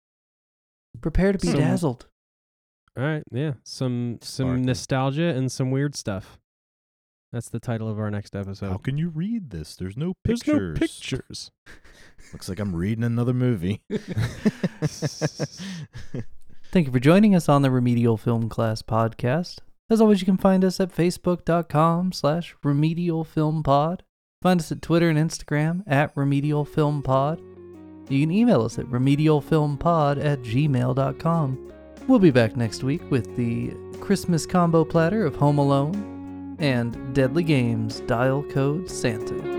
Speaker 1: Prepare to be
Speaker 2: So-
Speaker 1: dazzled.
Speaker 2: All right, yeah. Some some
Speaker 3: Smart.
Speaker 2: nostalgia and some weird stuff. That's the title of our next episode.
Speaker 3: How can you read this? There's no
Speaker 2: There's
Speaker 3: pictures.
Speaker 2: no pictures.
Speaker 3: Looks like I'm reading another
Speaker 2: *laughs*
Speaker 3: movie. *laughs*
Speaker 1: Thank you for joining us on the Remedial Film Class podcast. As always, you can find us at facebook.com slash remedial film pod. Find us at Twitter and Instagram at remedial film pod. You can email us at remedialfilmpod at gmail.com. We'll be back next week with the Christmas combo platter of Home Alone and Deadly Games Dial Code Santa.